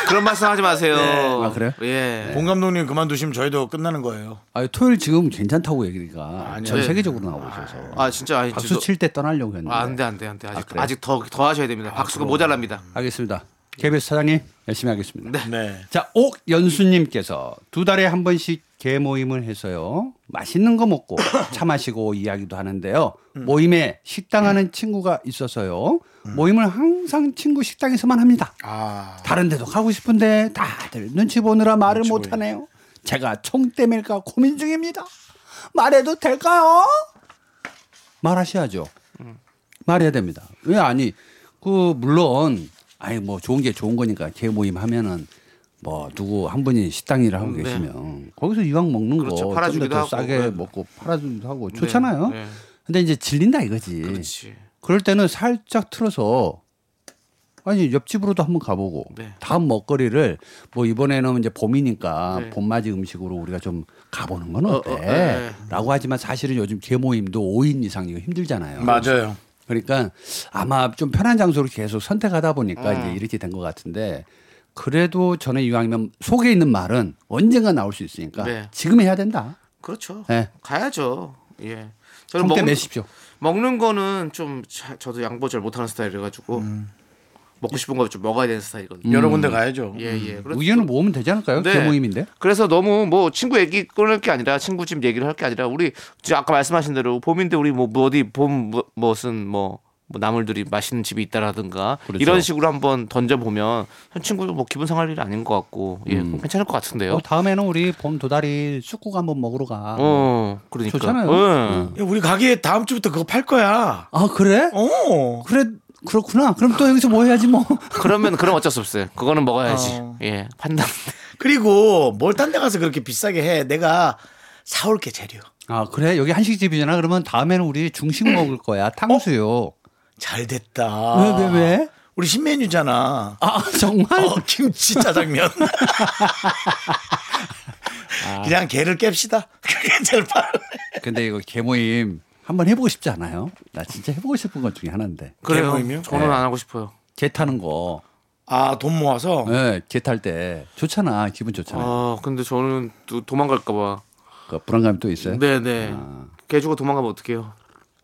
[SPEAKER 2] 그런 말씀 하지 마세요.
[SPEAKER 4] 아, 그래요?
[SPEAKER 2] 예.
[SPEAKER 1] 봉 네. 감독님 그만두시면 저희도 끝나는 거예요
[SPEAKER 4] 아, 토요일 지금 괜찮다고 얘기가
[SPEAKER 1] 아니요.
[SPEAKER 4] 전
[SPEAKER 2] 네.
[SPEAKER 4] 세계적으로 나오고 있어서
[SPEAKER 2] 아, 진짜. 아니,
[SPEAKER 4] 박수
[SPEAKER 2] 저도-
[SPEAKER 4] 칠 때 떠나려고 했는데
[SPEAKER 2] 아, 안 돼, 안 돼, 안 돼. 아직,
[SPEAKER 4] 그래요? 어.
[SPEAKER 2] 아직 더, 더 하셔야 됩니다. 박수가 모자랍니다.
[SPEAKER 4] 알겠습니다. KBS 사장님 열심히 하겠습니다.
[SPEAKER 1] 네
[SPEAKER 4] 자, 옥연수님께서 두 달에 한 번씩 개 모임을 해서요. 맛있는 거 먹고 차 마시고 이야기도 하는데요. 모임에 식당 하는 친구가 있어서요. 모임을 항상 친구 식당에서만 합니다. 다른 데도 가고 싶은데 다들 눈치 보느라 말을 못 하네요. 제가 총대밀까 고민 중입니다. 말해도 될까요? 말하셔야죠. 말해야 됩니다. 왜 아니 그 물론 아니 뭐 좋은 게 좋은 거니까 개 모임 하면은 뭐 누구 한 분이 식당 일을 하고 계시면 거기서 이왕 먹는
[SPEAKER 2] 네. 그렇죠.
[SPEAKER 4] 거
[SPEAKER 2] 팔아주기도
[SPEAKER 4] 좀더
[SPEAKER 2] 하고,
[SPEAKER 4] 싸게
[SPEAKER 2] 네.
[SPEAKER 4] 먹고 팔아주기도 하고 좋잖아요.
[SPEAKER 2] 네.
[SPEAKER 4] 근데 이제 질린다 이거지.
[SPEAKER 2] 그렇지.
[SPEAKER 4] 그럴 때는 살짝 틀어서 아니 옆집으로도 한번 가보고
[SPEAKER 2] 네.
[SPEAKER 4] 다음 먹거리를 뭐 이번에는 이제 봄이니까
[SPEAKER 2] 네.
[SPEAKER 4] 봄맞이 음식으로 우리가 좀 가보는 건
[SPEAKER 2] 어,
[SPEAKER 4] 어때?
[SPEAKER 2] 어, 네.
[SPEAKER 4] 라고 하지만 사실은 요즘 개모임도 5인 이상 이거 힘들잖아요.
[SPEAKER 1] 맞아요.
[SPEAKER 4] 그러니까 아마 좀 편한 장소를 계속 선택하다 보니까
[SPEAKER 2] 음.
[SPEAKER 4] 이제 이렇게 된 것 같은데 그래도 전에 이왕이면 속에 있는 말은 언젠가 나올 수 있으니까
[SPEAKER 2] 네.
[SPEAKER 4] 지금 해야 된다.
[SPEAKER 2] 그렇죠.
[SPEAKER 4] 네.
[SPEAKER 2] 가야죠. 예. 저는
[SPEAKER 4] 성대
[SPEAKER 2] 먹는,
[SPEAKER 4] 내십시오.
[SPEAKER 2] 먹는 거는 좀 자- 저도 양보 잘 못하는 스타일이라가지고
[SPEAKER 4] 음.
[SPEAKER 2] 먹고 싶은 거 좀 먹어야 되는 스타일이거든요.
[SPEAKER 1] 여러 군데 가야죠.
[SPEAKER 2] 예, 예. 그래서
[SPEAKER 4] 의견을 모으면 되지 않을까요?
[SPEAKER 2] 네.
[SPEAKER 4] 개모임인데.
[SPEAKER 2] 그래서 너무 뭐 친구 얘기 꺼낼 게 아니라 친구 집 얘기를 할 게 아니라 우리 지금 아까 말씀하신 대로 봄인데 우리 뭐 어디 봄 뭐- 무슨 뭐, 뭐 나물들이 맛있는 집이 있다라든가
[SPEAKER 4] 그렇죠.
[SPEAKER 2] 이런 식으로 한번 던져 보면 친구도 뭐 기분 상할 일 아닌 것 같고 예 그럼 괜찮을 것 같은데요.
[SPEAKER 4] 어, 다음에는 우리 봄 도다리 쑥국 한번 먹으러 가.
[SPEAKER 2] 어 그러니까
[SPEAKER 4] 좋잖아요. 음.
[SPEAKER 2] 예.
[SPEAKER 1] 야, 우리 가게 다음 주부터 그거 팔 거야.
[SPEAKER 4] 아 그래?
[SPEAKER 1] 어.
[SPEAKER 4] 그래 그렇구나. 그럼 또 여기서 뭐 해야지 뭐.
[SPEAKER 2] 그러면 그럼 어쩔 수 없어요. 그거는 먹어야지. 예 판단.
[SPEAKER 1] 그리고 뭘 딴 데 가서 그렇게 비싸게 해. 내가 사올게 재료.
[SPEAKER 4] 아 그래 여기 한식집이잖아. 그러면 다음에는 우리 중식 먹을 거야. 탕수육.
[SPEAKER 1] 잘 됐다.
[SPEAKER 4] 왜 왜 왜?
[SPEAKER 1] 우리 신메뉴잖아.
[SPEAKER 4] 아 정말?
[SPEAKER 1] 어, 김치 짜장면. 그냥 개를 깹시다. 그게 제일 빠르네.
[SPEAKER 4] 근데 이거 개모임 한번 해보고 싶지 않아요? 나 진짜 해보고 싶은 것 중에 하나인데.
[SPEAKER 2] 그래요. 네.
[SPEAKER 1] 개모임이요?
[SPEAKER 2] 저는 안 하고 싶어요.
[SPEAKER 4] 개 타는 거.
[SPEAKER 1] 아, 돈 모아서.
[SPEAKER 4] 예, 개탈 때 좋잖아. 기분 좋잖아요.
[SPEAKER 2] 아 근데 저는 또 도망갈까봐.
[SPEAKER 4] 그 불안감이 또 있어요.
[SPEAKER 2] 네네. 개 주고 도망가면 어떡해요?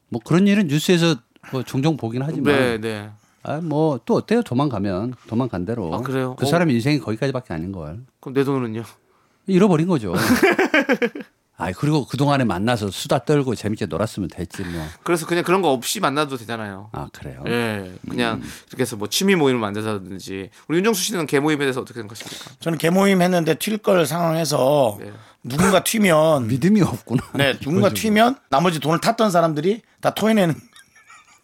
[SPEAKER 4] 뭐 그런 일은 뉴스에서 뭐 종종 보긴 하지만.
[SPEAKER 2] 네네.
[SPEAKER 4] 아, 뭐 또 어때요? 도망가면 도망간 대로.
[SPEAKER 2] 아, 그래요?
[SPEAKER 4] 그
[SPEAKER 2] 어.
[SPEAKER 4] 사람 인생이 거기까지밖에 아닌 걸.
[SPEAKER 2] 그럼 내 돈은요?
[SPEAKER 4] 잃어버린 거죠. 아, 그리고 그동안에 만나서 수다 떨고 재밌게 놀았으면 됐지 뭐.
[SPEAKER 2] 그래서 그냥 그런 거 없이 만나도 되잖아요.
[SPEAKER 4] 아, 그래요.
[SPEAKER 2] 예, 그냥 이렇게 해서 뭐 취미 모임을 만든다든지 우리 윤정수 씨는 개 모임에 대해서 어떻게 생각하십니까?
[SPEAKER 1] 저는 개모임 했는데 튈 걸 상황에서
[SPEAKER 2] 네.
[SPEAKER 1] 누군가 튀면
[SPEAKER 4] 믿음이 없구나.
[SPEAKER 1] 네, 누군가 튀면 나머지 돈을 탔던 사람들이 다 토해내는.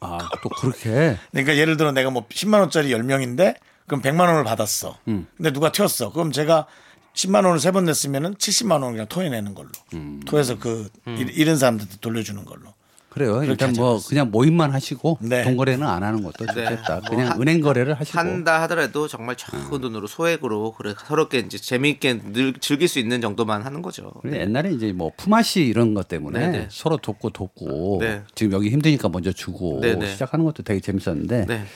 [SPEAKER 4] 아, 또 그렇게.
[SPEAKER 1] 그러니까 예를 들어 내가 뭐 10만 원짜리 10명인데 그럼 100만 원을 받았어. 근데 누가 튀었어. 그럼 제가 10만 원을 세 번 냈으면은 70만 원을 그냥 토해내는 걸로. 토해서 그 일- 잃은 사람들한테 돌려주는 걸로.
[SPEAKER 4] 그래요.
[SPEAKER 1] 그렇게
[SPEAKER 4] 일단
[SPEAKER 1] 하지
[SPEAKER 4] 뭐
[SPEAKER 1] 않았어요.
[SPEAKER 4] 그냥 모임만 하시고
[SPEAKER 1] 네.
[SPEAKER 4] 돈 거래는 안 하는 것도 좋겠다.
[SPEAKER 2] 뭐
[SPEAKER 4] 그냥
[SPEAKER 2] 한-
[SPEAKER 4] 은행 거래를 하시고.
[SPEAKER 2] 한다 하더라도 정말
[SPEAKER 4] 아.
[SPEAKER 2] 작은 돈으로 소액으로 그래 서럽게 이제 재미있게 늘 즐길 수 있는 정도만 하는 거죠.
[SPEAKER 4] 그리고 옛날에 이제 뭐 품앗이 이런 것 때문에
[SPEAKER 2] 네네.
[SPEAKER 4] 서로 돕고 돕고
[SPEAKER 2] 네.
[SPEAKER 4] 지금 여기 힘드니까 먼저 주고
[SPEAKER 2] 네네.
[SPEAKER 4] 시작하는 것도 되게 재밌었는데
[SPEAKER 2] 네.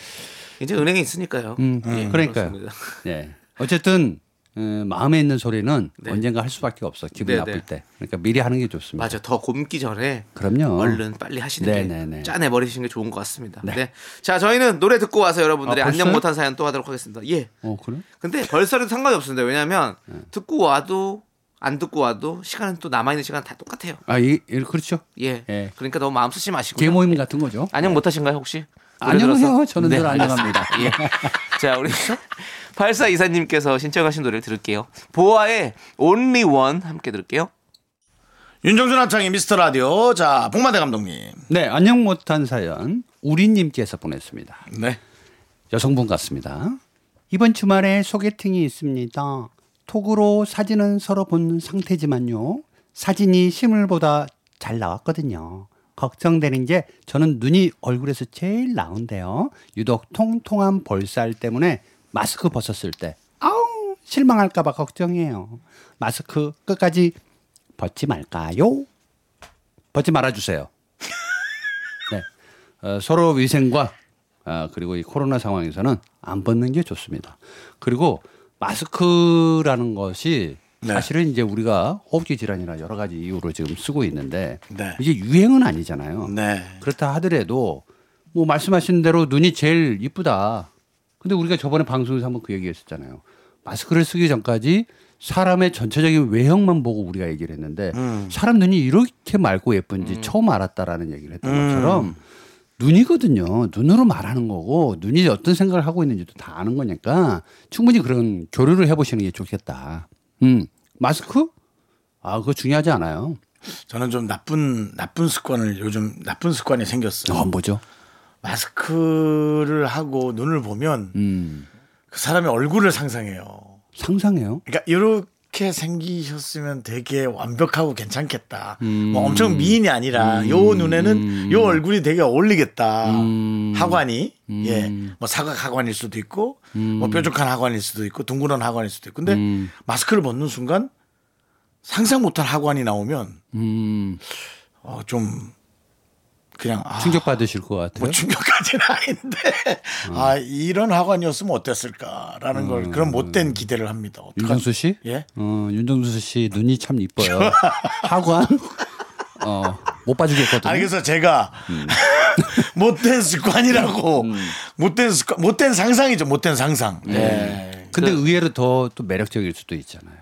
[SPEAKER 2] 이제 은행에 있으니까요.
[SPEAKER 4] 음,
[SPEAKER 2] 예,
[SPEAKER 4] 그러니까요.
[SPEAKER 2] 그렇습니다.
[SPEAKER 4] 예. 어쨌든 음, 마음에 있는 소리는
[SPEAKER 2] 네.
[SPEAKER 4] 언젠가 할 수밖에 없어. 기분
[SPEAKER 2] 네네.
[SPEAKER 4] 나쁠 때. 그러니까 미리 하는 게 좋습니다.
[SPEAKER 2] 맞아. 더 곰기 전에
[SPEAKER 4] 그럼요.
[SPEAKER 2] 얼른 빨리 하시는
[SPEAKER 4] 네네네.
[SPEAKER 2] 게 짜내버리시는 게 좋은 것 같습니다. 네. 자, 저희는 노래 듣고 와서 여러분들의
[SPEAKER 4] 아,
[SPEAKER 2] 안녕
[SPEAKER 4] 벌써요?
[SPEAKER 2] 못한 사연 또 하도록 하겠습니다. 예.
[SPEAKER 4] 어 그래?
[SPEAKER 2] 근데 벌써는 상관이 없습니다. 왜냐하면
[SPEAKER 4] 네.
[SPEAKER 2] 듣고 와도 안 듣고 와도 시간은 또 남아 있는 시간 다 똑같아요.
[SPEAKER 4] 아 이, 이- 그렇죠.
[SPEAKER 2] 예.
[SPEAKER 4] 예.
[SPEAKER 2] 그러니까 너무 마음 쓰지 마시고. 요
[SPEAKER 4] 개모임 같은 거죠.
[SPEAKER 2] 안녕 못 하신가요 혹시? 노래
[SPEAKER 4] 안녕해요.
[SPEAKER 2] 들어서?
[SPEAKER 4] 저는 늘 안녕합니다.
[SPEAKER 2] 알겠습니다. 예. 자 우리 84 이사님께서 신청하신 노래를 들을게요. 보아의 Only One 함께 들을게요.
[SPEAKER 1] 윤정수 남창의 미스터 라디오. 자, 복마대 감독님.
[SPEAKER 4] 네 안녕 못한 사연 우리님께서 보냈습니다.
[SPEAKER 1] 네.
[SPEAKER 4] 여성분 같습니다. 이번 주말에 소개팅이 있습니다. 톡으로 사진은 서로 본 상태지만요. 사진이 실물보다 잘 나왔거든요. 걱정되는 게 저는 눈이 얼굴에서 제일 나은데요. 유독 통통한 볼살 때문에 마스크 벗었을 때 아우 실망할까봐 걱정이에요. 마스크 끝까지 벗지 말까요? 벗지 말아주세요. 네. 어, 서로 위생과 아, 그리고 이 코로나 상황에서는 안 벗는 게 좋습니다. 그리고 마스크라는 것이
[SPEAKER 1] 네.
[SPEAKER 4] 사실은 이제 우리가 호흡기 질환이나 여러 가지 이유로 지금 쓰고 있는데
[SPEAKER 1] 네.
[SPEAKER 4] 이게 유행은 아니잖아요.
[SPEAKER 1] 네.
[SPEAKER 4] 그렇다 하더라도 뭐 말씀하신 대로 눈이 제일 이쁘다. 근데 우리가 저번에 방송에서 한번 그 얘기했었잖아요. 마스크를 쓰기 전까지 사람의 전체적인 외형만 보고 우리가 얘기를 했는데 사람 눈이 이렇게 맑고 예쁜지 음. 처음 음. 알았다라는 얘기를 했던 것처럼 눈이거든요. 눈으로 말하는 거고 눈이 어떤 생각을 하고 있는지도 다 아는 거니까 충분히 그런 교류를 해보시는 게 좋겠다. 음 마스크? 아 그거 중요하지 않아요.
[SPEAKER 1] 저는 좀 나쁜, 나쁜 습관을 요즘 나쁜 습관이 생겼어요.
[SPEAKER 4] 어 뭐죠?
[SPEAKER 1] 마스크를 하고 눈을 보면
[SPEAKER 4] 음.
[SPEAKER 1] 그 사람의 얼굴을 상상해요.
[SPEAKER 4] 상상해요.
[SPEAKER 1] 그러니까 이렇게 생기셨으면 되게 완벽하고 괜찮겠다. 뭐 엄청 미인이 아니라 요 눈에는 요 얼굴이 되게 어울리겠다. 하관이 예, 뭐 사각 하관일 수도 있고 뭐 뾰족한 하관일 수도 있고 둥그런 하관일 수도 있고 근데 마스크를 벗는 순간 상상 못한 하관이 나오면
[SPEAKER 4] 음.
[SPEAKER 1] 어, 좀 그냥 아,
[SPEAKER 4] 충격 받으실 것 같아요. 음.
[SPEAKER 1] 뭐 충격까지는 아닌데 아 이런 하관이었으면 어땠을까라는 걸 그런 못된 기대를 합니다. 어떡하-
[SPEAKER 4] 윤정수 씨?
[SPEAKER 1] 예.
[SPEAKER 4] 어, 윤정수 씨 눈이 참 이뻐요. 하관? 어, 못 봐주겠거든요.
[SPEAKER 1] 아니, 그래서 제가
[SPEAKER 4] 음.
[SPEAKER 1] 못된 습관이라고 못된 습관, 못된 상상이죠. 못된 상상.
[SPEAKER 4] 음.
[SPEAKER 1] 예.
[SPEAKER 4] 네. 근데 의외로 더 또 매력적일 수도 있잖아요.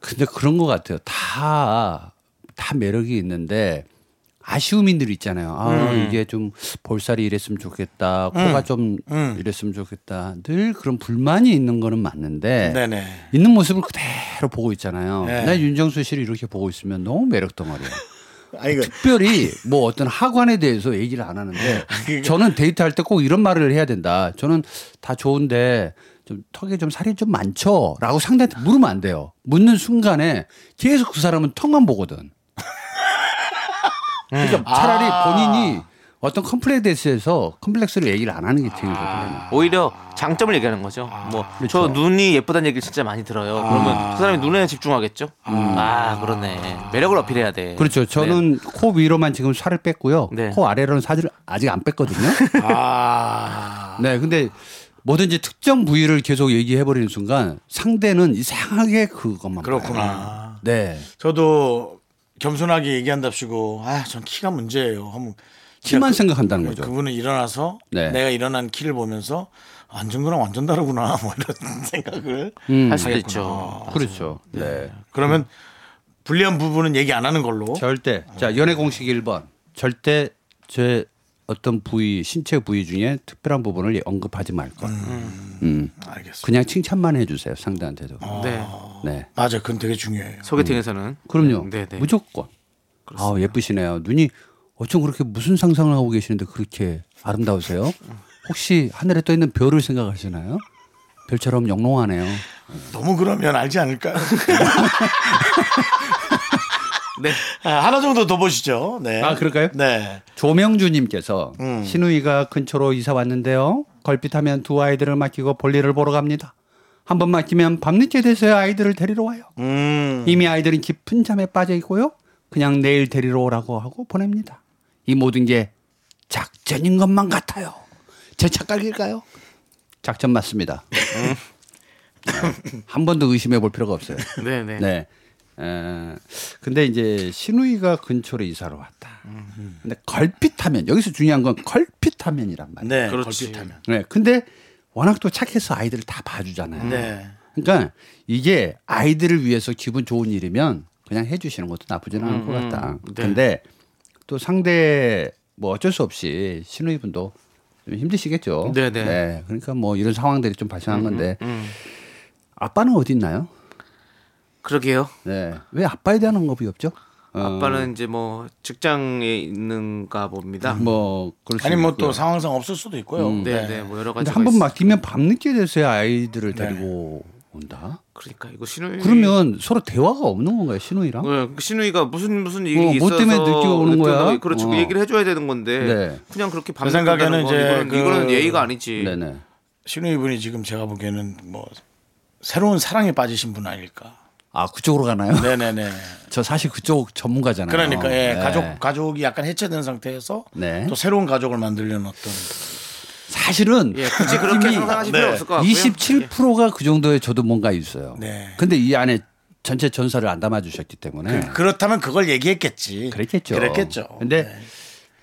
[SPEAKER 4] 근데 그런 것 같아요. 다, 다 매력이 있는데 아쉬움인들 있잖아요. 아,
[SPEAKER 1] 음.
[SPEAKER 4] 이게 좀 볼살이 이랬으면 좋겠다. 코가 좀
[SPEAKER 1] 음.
[SPEAKER 4] 이랬으면 좋겠다. 늘 그런 불만이 있는 거는 맞는데
[SPEAKER 1] 네네.
[SPEAKER 4] 있는 모습을 그대로 보고 있잖아요.
[SPEAKER 1] 네.
[SPEAKER 4] 나 윤정수 씨를 이렇게 보고 있으면 너무 매력 덩어리예요.
[SPEAKER 1] 아니 그
[SPEAKER 4] 특별히 뭐 어떤 학원에 대해서 얘기를 안 하는데
[SPEAKER 1] 그러니까-
[SPEAKER 4] 저는 데이트할 때 꼭 이런 말을 해야 된다. 저는 다 좋은데 좀 턱에 좀 살이 좀 많죠라고 상대한테 물으면 안 돼요. 묻는 순간에 계속 그 사람은 턱만
[SPEAKER 1] 음.
[SPEAKER 4] 보거든. 그러니까 차라리
[SPEAKER 1] 아.
[SPEAKER 4] 본인이 어떤 컴플렉스에서 컴플렉스를 얘기를 안 하는 게
[SPEAKER 1] 아.
[SPEAKER 4] 제일 좋거든요.
[SPEAKER 2] 아. 오히려 장점을 얘기하는 거죠. 뭐 저 눈이 예쁘다는 얘기를 진짜 많이 들어요. 그러면 그 사람이 눈에 집중하겠죠. 아 그러네. 매력을 어필해야 돼.
[SPEAKER 4] 그렇죠. 저는 코 위로만 지금 살을 뺐고요.
[SPEAKER 2] 예. 네.
[SPEAKER 4] 코 아래로는 살을 아직 안 뺐거든요.
[SPEAKER 2] 아,
[SPEAKER 4] 네, 근데 뭐든지 특정 부위를 계속 얘기해 버리는 순간 상대는 이상하게 그것만
[SPEAKER 1] 그렇구나.
[SPEAKER 4] 봐요. 네.
[SPEAKER 1] 아. 저도 겸손하게 얘기한답시고 아 전 키가 문제예요. 하면
[SPEAKER 4] 키만
[SPEAKER 1] 진짜
[SPEAKER 4] 생각한다는
[SPEAKER 1] 그,
[SPEAKER 4] 거죠.
[SPEAKER 1] 그분은 일어나서
[SPEAKER 4] 네.
[SPEAKER 1] 내가 일어난 키를 보면서 완전 그랑 완전 다르구나 뭐 이런 생각을
[SPEAKER 4] 음,
[SPEAKER 2] 할 수도 있죠.
[SPEAKER 4] 그렇죠. 네.
[SPEAKER 1] 그러면 불리한 부분은 얘기 안 하는 걸로
[SPEAKER 4] 절대. 자, 연애 공식 1번. 절대 제 어떤 부위, 신체 부위 중에 특별한 부분을 언급하지 말 것. 음.
[SPEAKER 1] 알겠습니다.
[SPEAKER 4] 그냥 칭찬만 해 주세요. 상대한테도.
[SPEAKER 2] 네.
[SPEAKER 4] 네.
[SPEAKER 1] 맞아, 요 그건 되게 중요해요.
[SPEAKER 2] 소개팅에서는
[SPEAKER 4] 그럼요.
[SPEAKER 2] 네, 네.
[SPEAKER 4] 무조건. 아 예쁘시네요. 눈이 어쩜 그렇게 무슨 상상을 하고 계시는데 그렇게 아름다우세요? 혹시 하늘에 떠 있는 별을 생각하시나요? 별처럼 영롱하네요.
[SPEAKER 1] 너무 그러면 알지 않을까요?
[SPEAKER 2] 네.
[SPEAKER 1] 아, 하나 정도 더 보시죠. 네.
[SPEAKER 4] 아, 그럴까요? 음.
[SPEAKER 1] 네.
[SPEAKER 4] 조명주님께서 신우이가 근처로 이사 왔는데요. 걸핏하면 두 아이들을 맡기고 볼일을 보러 갑니다. 한 번 맡기면 밤늦게 돼서야 아이들을 데리러 와요.
[SPEAKER 1] 음.
[SPEAKER 4] 이미 아이들은 깊은 잠에 빠져 있고요. 그냥 내일 데리러 오라고 하고 보냅니다. 이 모든 게 작전인 것만 같아요. 제 착각일까요? 작전 맞습니다. 네, 한 번도 의심해 볼 필요가 없어요.
[SPEAKER 2] 네네.
[SPEAKER 4] 네. 에, 근데 이제 신우이가 근처로 이사를 왔다. 근데 걸핏하면 여기서 중요한 건 걸핏하면이란 말이에요.
[SPEAKER 1] 네.
[SPEAKER 2] 그렇지.
[SPEAKER 1] 걸핏하면.
[SPEAKER 4] 네. 근데 워낙 또 착해서 아이들을 다 봐주잖아요.
[SPEAKER 1] 네.
[SPEAKER 4] 그러니까 이게 아이들을 위해서 기분 좋은 일이면 그냥 해주시는 것도 나쁘지는 않을 것 같다. 근데 또 상대 뭐 어쩔 수 없이 신우이분도 좀 힘드시겠죠.
[SPEAKER 2] 네네.
[SPEAKER 4] 네, 그러니까 뭐 이런 상황들이 좀 발생한 건데 아빠는 어디 있나요?
[SPEAKER 2] 그러게요.
[SPEAKER 4] 네. 왜 아빠에 대한 언급이 없죠? 어,
[SPEAKER 2] 아빠는 이제 뭐 직장에 있는가 봅니다.
[SPEAKER 4] 뭐 그럴 수
[SPEAKER 1] 아니 뭐 또
[SPEAKER 4] 있고요.
[SPEAKER 1] 상황상 없을 수도 있고요.
[SPEAKER 2] 네네. 뭐 여러 가지.
[SPEAKER 4] 근데 한 번 맡기면 밤늦게 돼서야 아이들을 데리고 온다.
[SPEAKER 2] 그러니까 이거 신우이.
[SPEAKER 4] 그러면 서로 대화가 없는 건가요, 신우이랑?
[SPEAKER 2] 네, 그 신우이가 무슨 무슨 일이
[SPEAKER 4] 뭐
[SPEAKER 2] 있어서
[SPEAKER 4] 때문에 늦게 오는 거야?
[SPEAKER 2] 늦게 온다고- 그렇죠. 그
[SPEAKER 4] 어.
[SPEAKER 2] 얘기를 해줘야 되는 건데
[SPEAKER 4] 네.
[SPEAKER 2] 그냥 그렇게 밤
[SPEAKER 1] 제 생각에는 이제
[SPEAKER 2] 이거는,
[SPEAKER 1] 그-
[SPEAKER 2] 이거는 예의가 아니지.
[SPEAKER 4] 네네.
[SPEAKER 1] 신우이 분이 지금 제가 보기에는 뭐 새로운 사랑에 빠지신 분 아닐까.
[SPEAKER 4] 아 그쪽으로 가나요?
[SPEAKER 1] 네네네.
[SPEAKER 4] 저 사실 그쪽 전문가잖아요.
[SPEAKER 1] 그러니까 예,
[SPEAKER 4] 네.
[SPEAKER 1] 가족 가족이 약간 해체된 상태에서
[SPEAKER 4] 네.
[SPEAKER 1] 또 새로운 가족을 만들려는 어떤
[SPEAKER 4] 사실은
[SPEAKER 2] 예, 굳이 그렇게
[SPEAKER 4] 느낌이
[SPEAKER 2] 상상하실 필요
[SPEAKER 1] 네.
[SPEAKER 2] 없을 것 같고요. 예,
[SPEAKER 4] 27%가 그 정도의 저도 뭔가 있어요.
[SPEAKER 1] 네.
[SPEAKER 4] 근데 이 안에 전체 전설을 안 담아주셨기 때문에
[SPEAKER 1] 그렇다면 그걸 얘기했겠지.
[SPEAKER 4] 네. 그랬겠죠.
[SPEAKER 1] 그러니까. 그랬겠죠. 네.
[SPEAKER 4] 근데 에,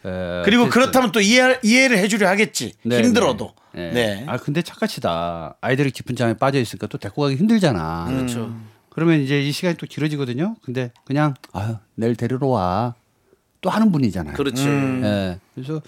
[SPEAKER 1] 그러니까 그리고
[SPEAKER 4] 어쨌든.
[SPEAKER 1] 그렇다면 또 이해 이해를 해주려 하겠지.
[SPEAKER 4] 네,
[SPEAKER 1] 힘들어도.
[SPEAKER 4] 네.
[SPEAKER 1] 네.
[SPEAKER 4] 네. 아 근데 착각이다. 아이들이 깊은 잠에 빠져 있으니까 또 데리고 가기 힘들잖아.
[SPEAKER 2] 그렇죠.
[SPEAKER 4] 그러면 이제 이 시간이 또 길어지거든요. 근데 그냥 아유, 내일 데리러 와. 또 하는 분이잖아요.
[SPEAKER 1] 그렇죠.
[SPEAKER 2] 그렇지.
[SPEAKER 4] 예. 그래서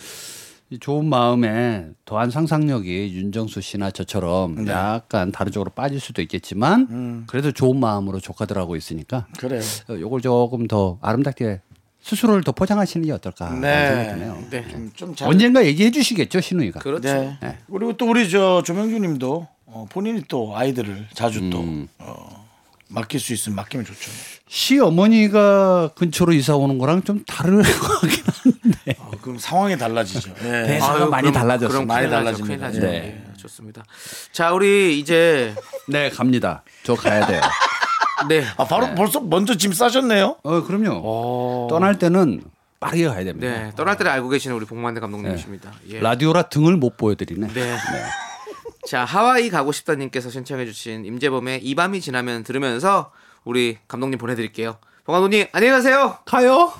[SPEAKER 4] 이 좋은 마음에 더한 상상력이 윤정수 씨나 저처럼 약간 다른 쪽으로 빠질 수도 있겠지만 그래도 좋은 마음으로 조카들하고 있으니까
[SPEAKER 1] 그래요.
[SPEAKER 4] 요걸 조금 더 아름답게 스스로를 더 포장하시는 게 어떨까 하는
[SPEAKER 1] 네.
[SPEAKER 4] 생각이 드네요.
[SPEAKER 1] 네. 좀, 좀 잘.
[SPEAKER 4] 언젠가 얘기해 주시겠죠 신우이가.
[SPEAKER 2] 그렇죠.
[SPEAKER 1] 네.
[SPEAKER 4] 네.
[SPEAKER 1] 그리고 또 우리 저 조명주님도 어, 본인이 또 아이들을 자주
[SPEAKER 4] 음.
[SPEAKER 1] 또 어, 맡길 수 있으면 맡기면 좋죠.
[SPEAKER 4] 시 어머니가 근처로 이사 오는 거랑 좀 다른 것 같긴 한데.
[SPEAKER 1] 어, 그럼 상황이 달라지죠. 네.
[SPEAKER 4] 대사가 많이 달라졌어요.
[SPEAKER 2] 그럼
[SPEAKER 1] 많이
[SPEAKER 2] 많이
[SPEAKER 1] 달라집니다.
[SPEAKER 2] 달라집니다. 네.
[SPEAKER 4] 네.
[SPEAKER 2] 좋습니다. 자, 우리 이제
[SPEAKER 4] 네 갑니다. 저 가야 돼요.
[SPEAKER 2] 네.
[SPEAKER 1] 아 바로 벌써 먼저 짐 싸셨네요.
[SPEAKER 4] 어 그럼요. 떠날 때는 빠르게 가야 됩니다.
[SPEAKER 2] 네. 떠날 때를 알고 계시는 우리 복만대 감독님이십니다. 예.
[SPEAKER 4] 라디오라 등을 못 보여드리네.
[SPEAKER 2] 네. 자, 하와이 가고 싶다님께서 신청해주신 임재범의 이 밤이 지나면 들으면서 우리 감독님 보내드릴게요. 봉 감독님, 안녕히 가세요.
[SPEAKER 4] 가요.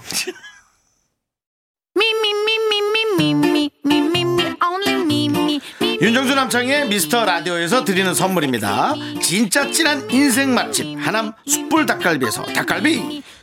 [SPEAKER 1] 윤정수 남창의 미스터 라디오에서 드리는 선물입니다. 진짜 찐한 인생 맛집 하남 숯불 닭갈비에서 닭갈비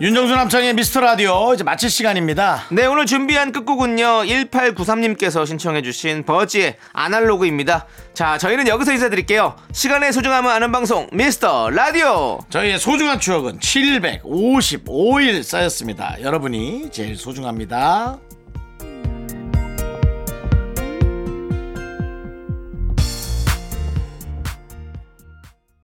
[SPEAKER 1] 윤정수 남창의 미스터 라디오 이제 마칠 시간입니다.
[SPEAKER 2] 네 오늘 준비한 끝곡은요 1893님께서 신청해주신 버지의 아날로그입니다 자 저희는 여기서 인사드릴게요 시간의 소중함을 아는 방송 미스터 라디오
[SPEAKER 1] 저희의 소중한 추억은 755일 쌓였습니다. 여러분이 제일 소중합니다.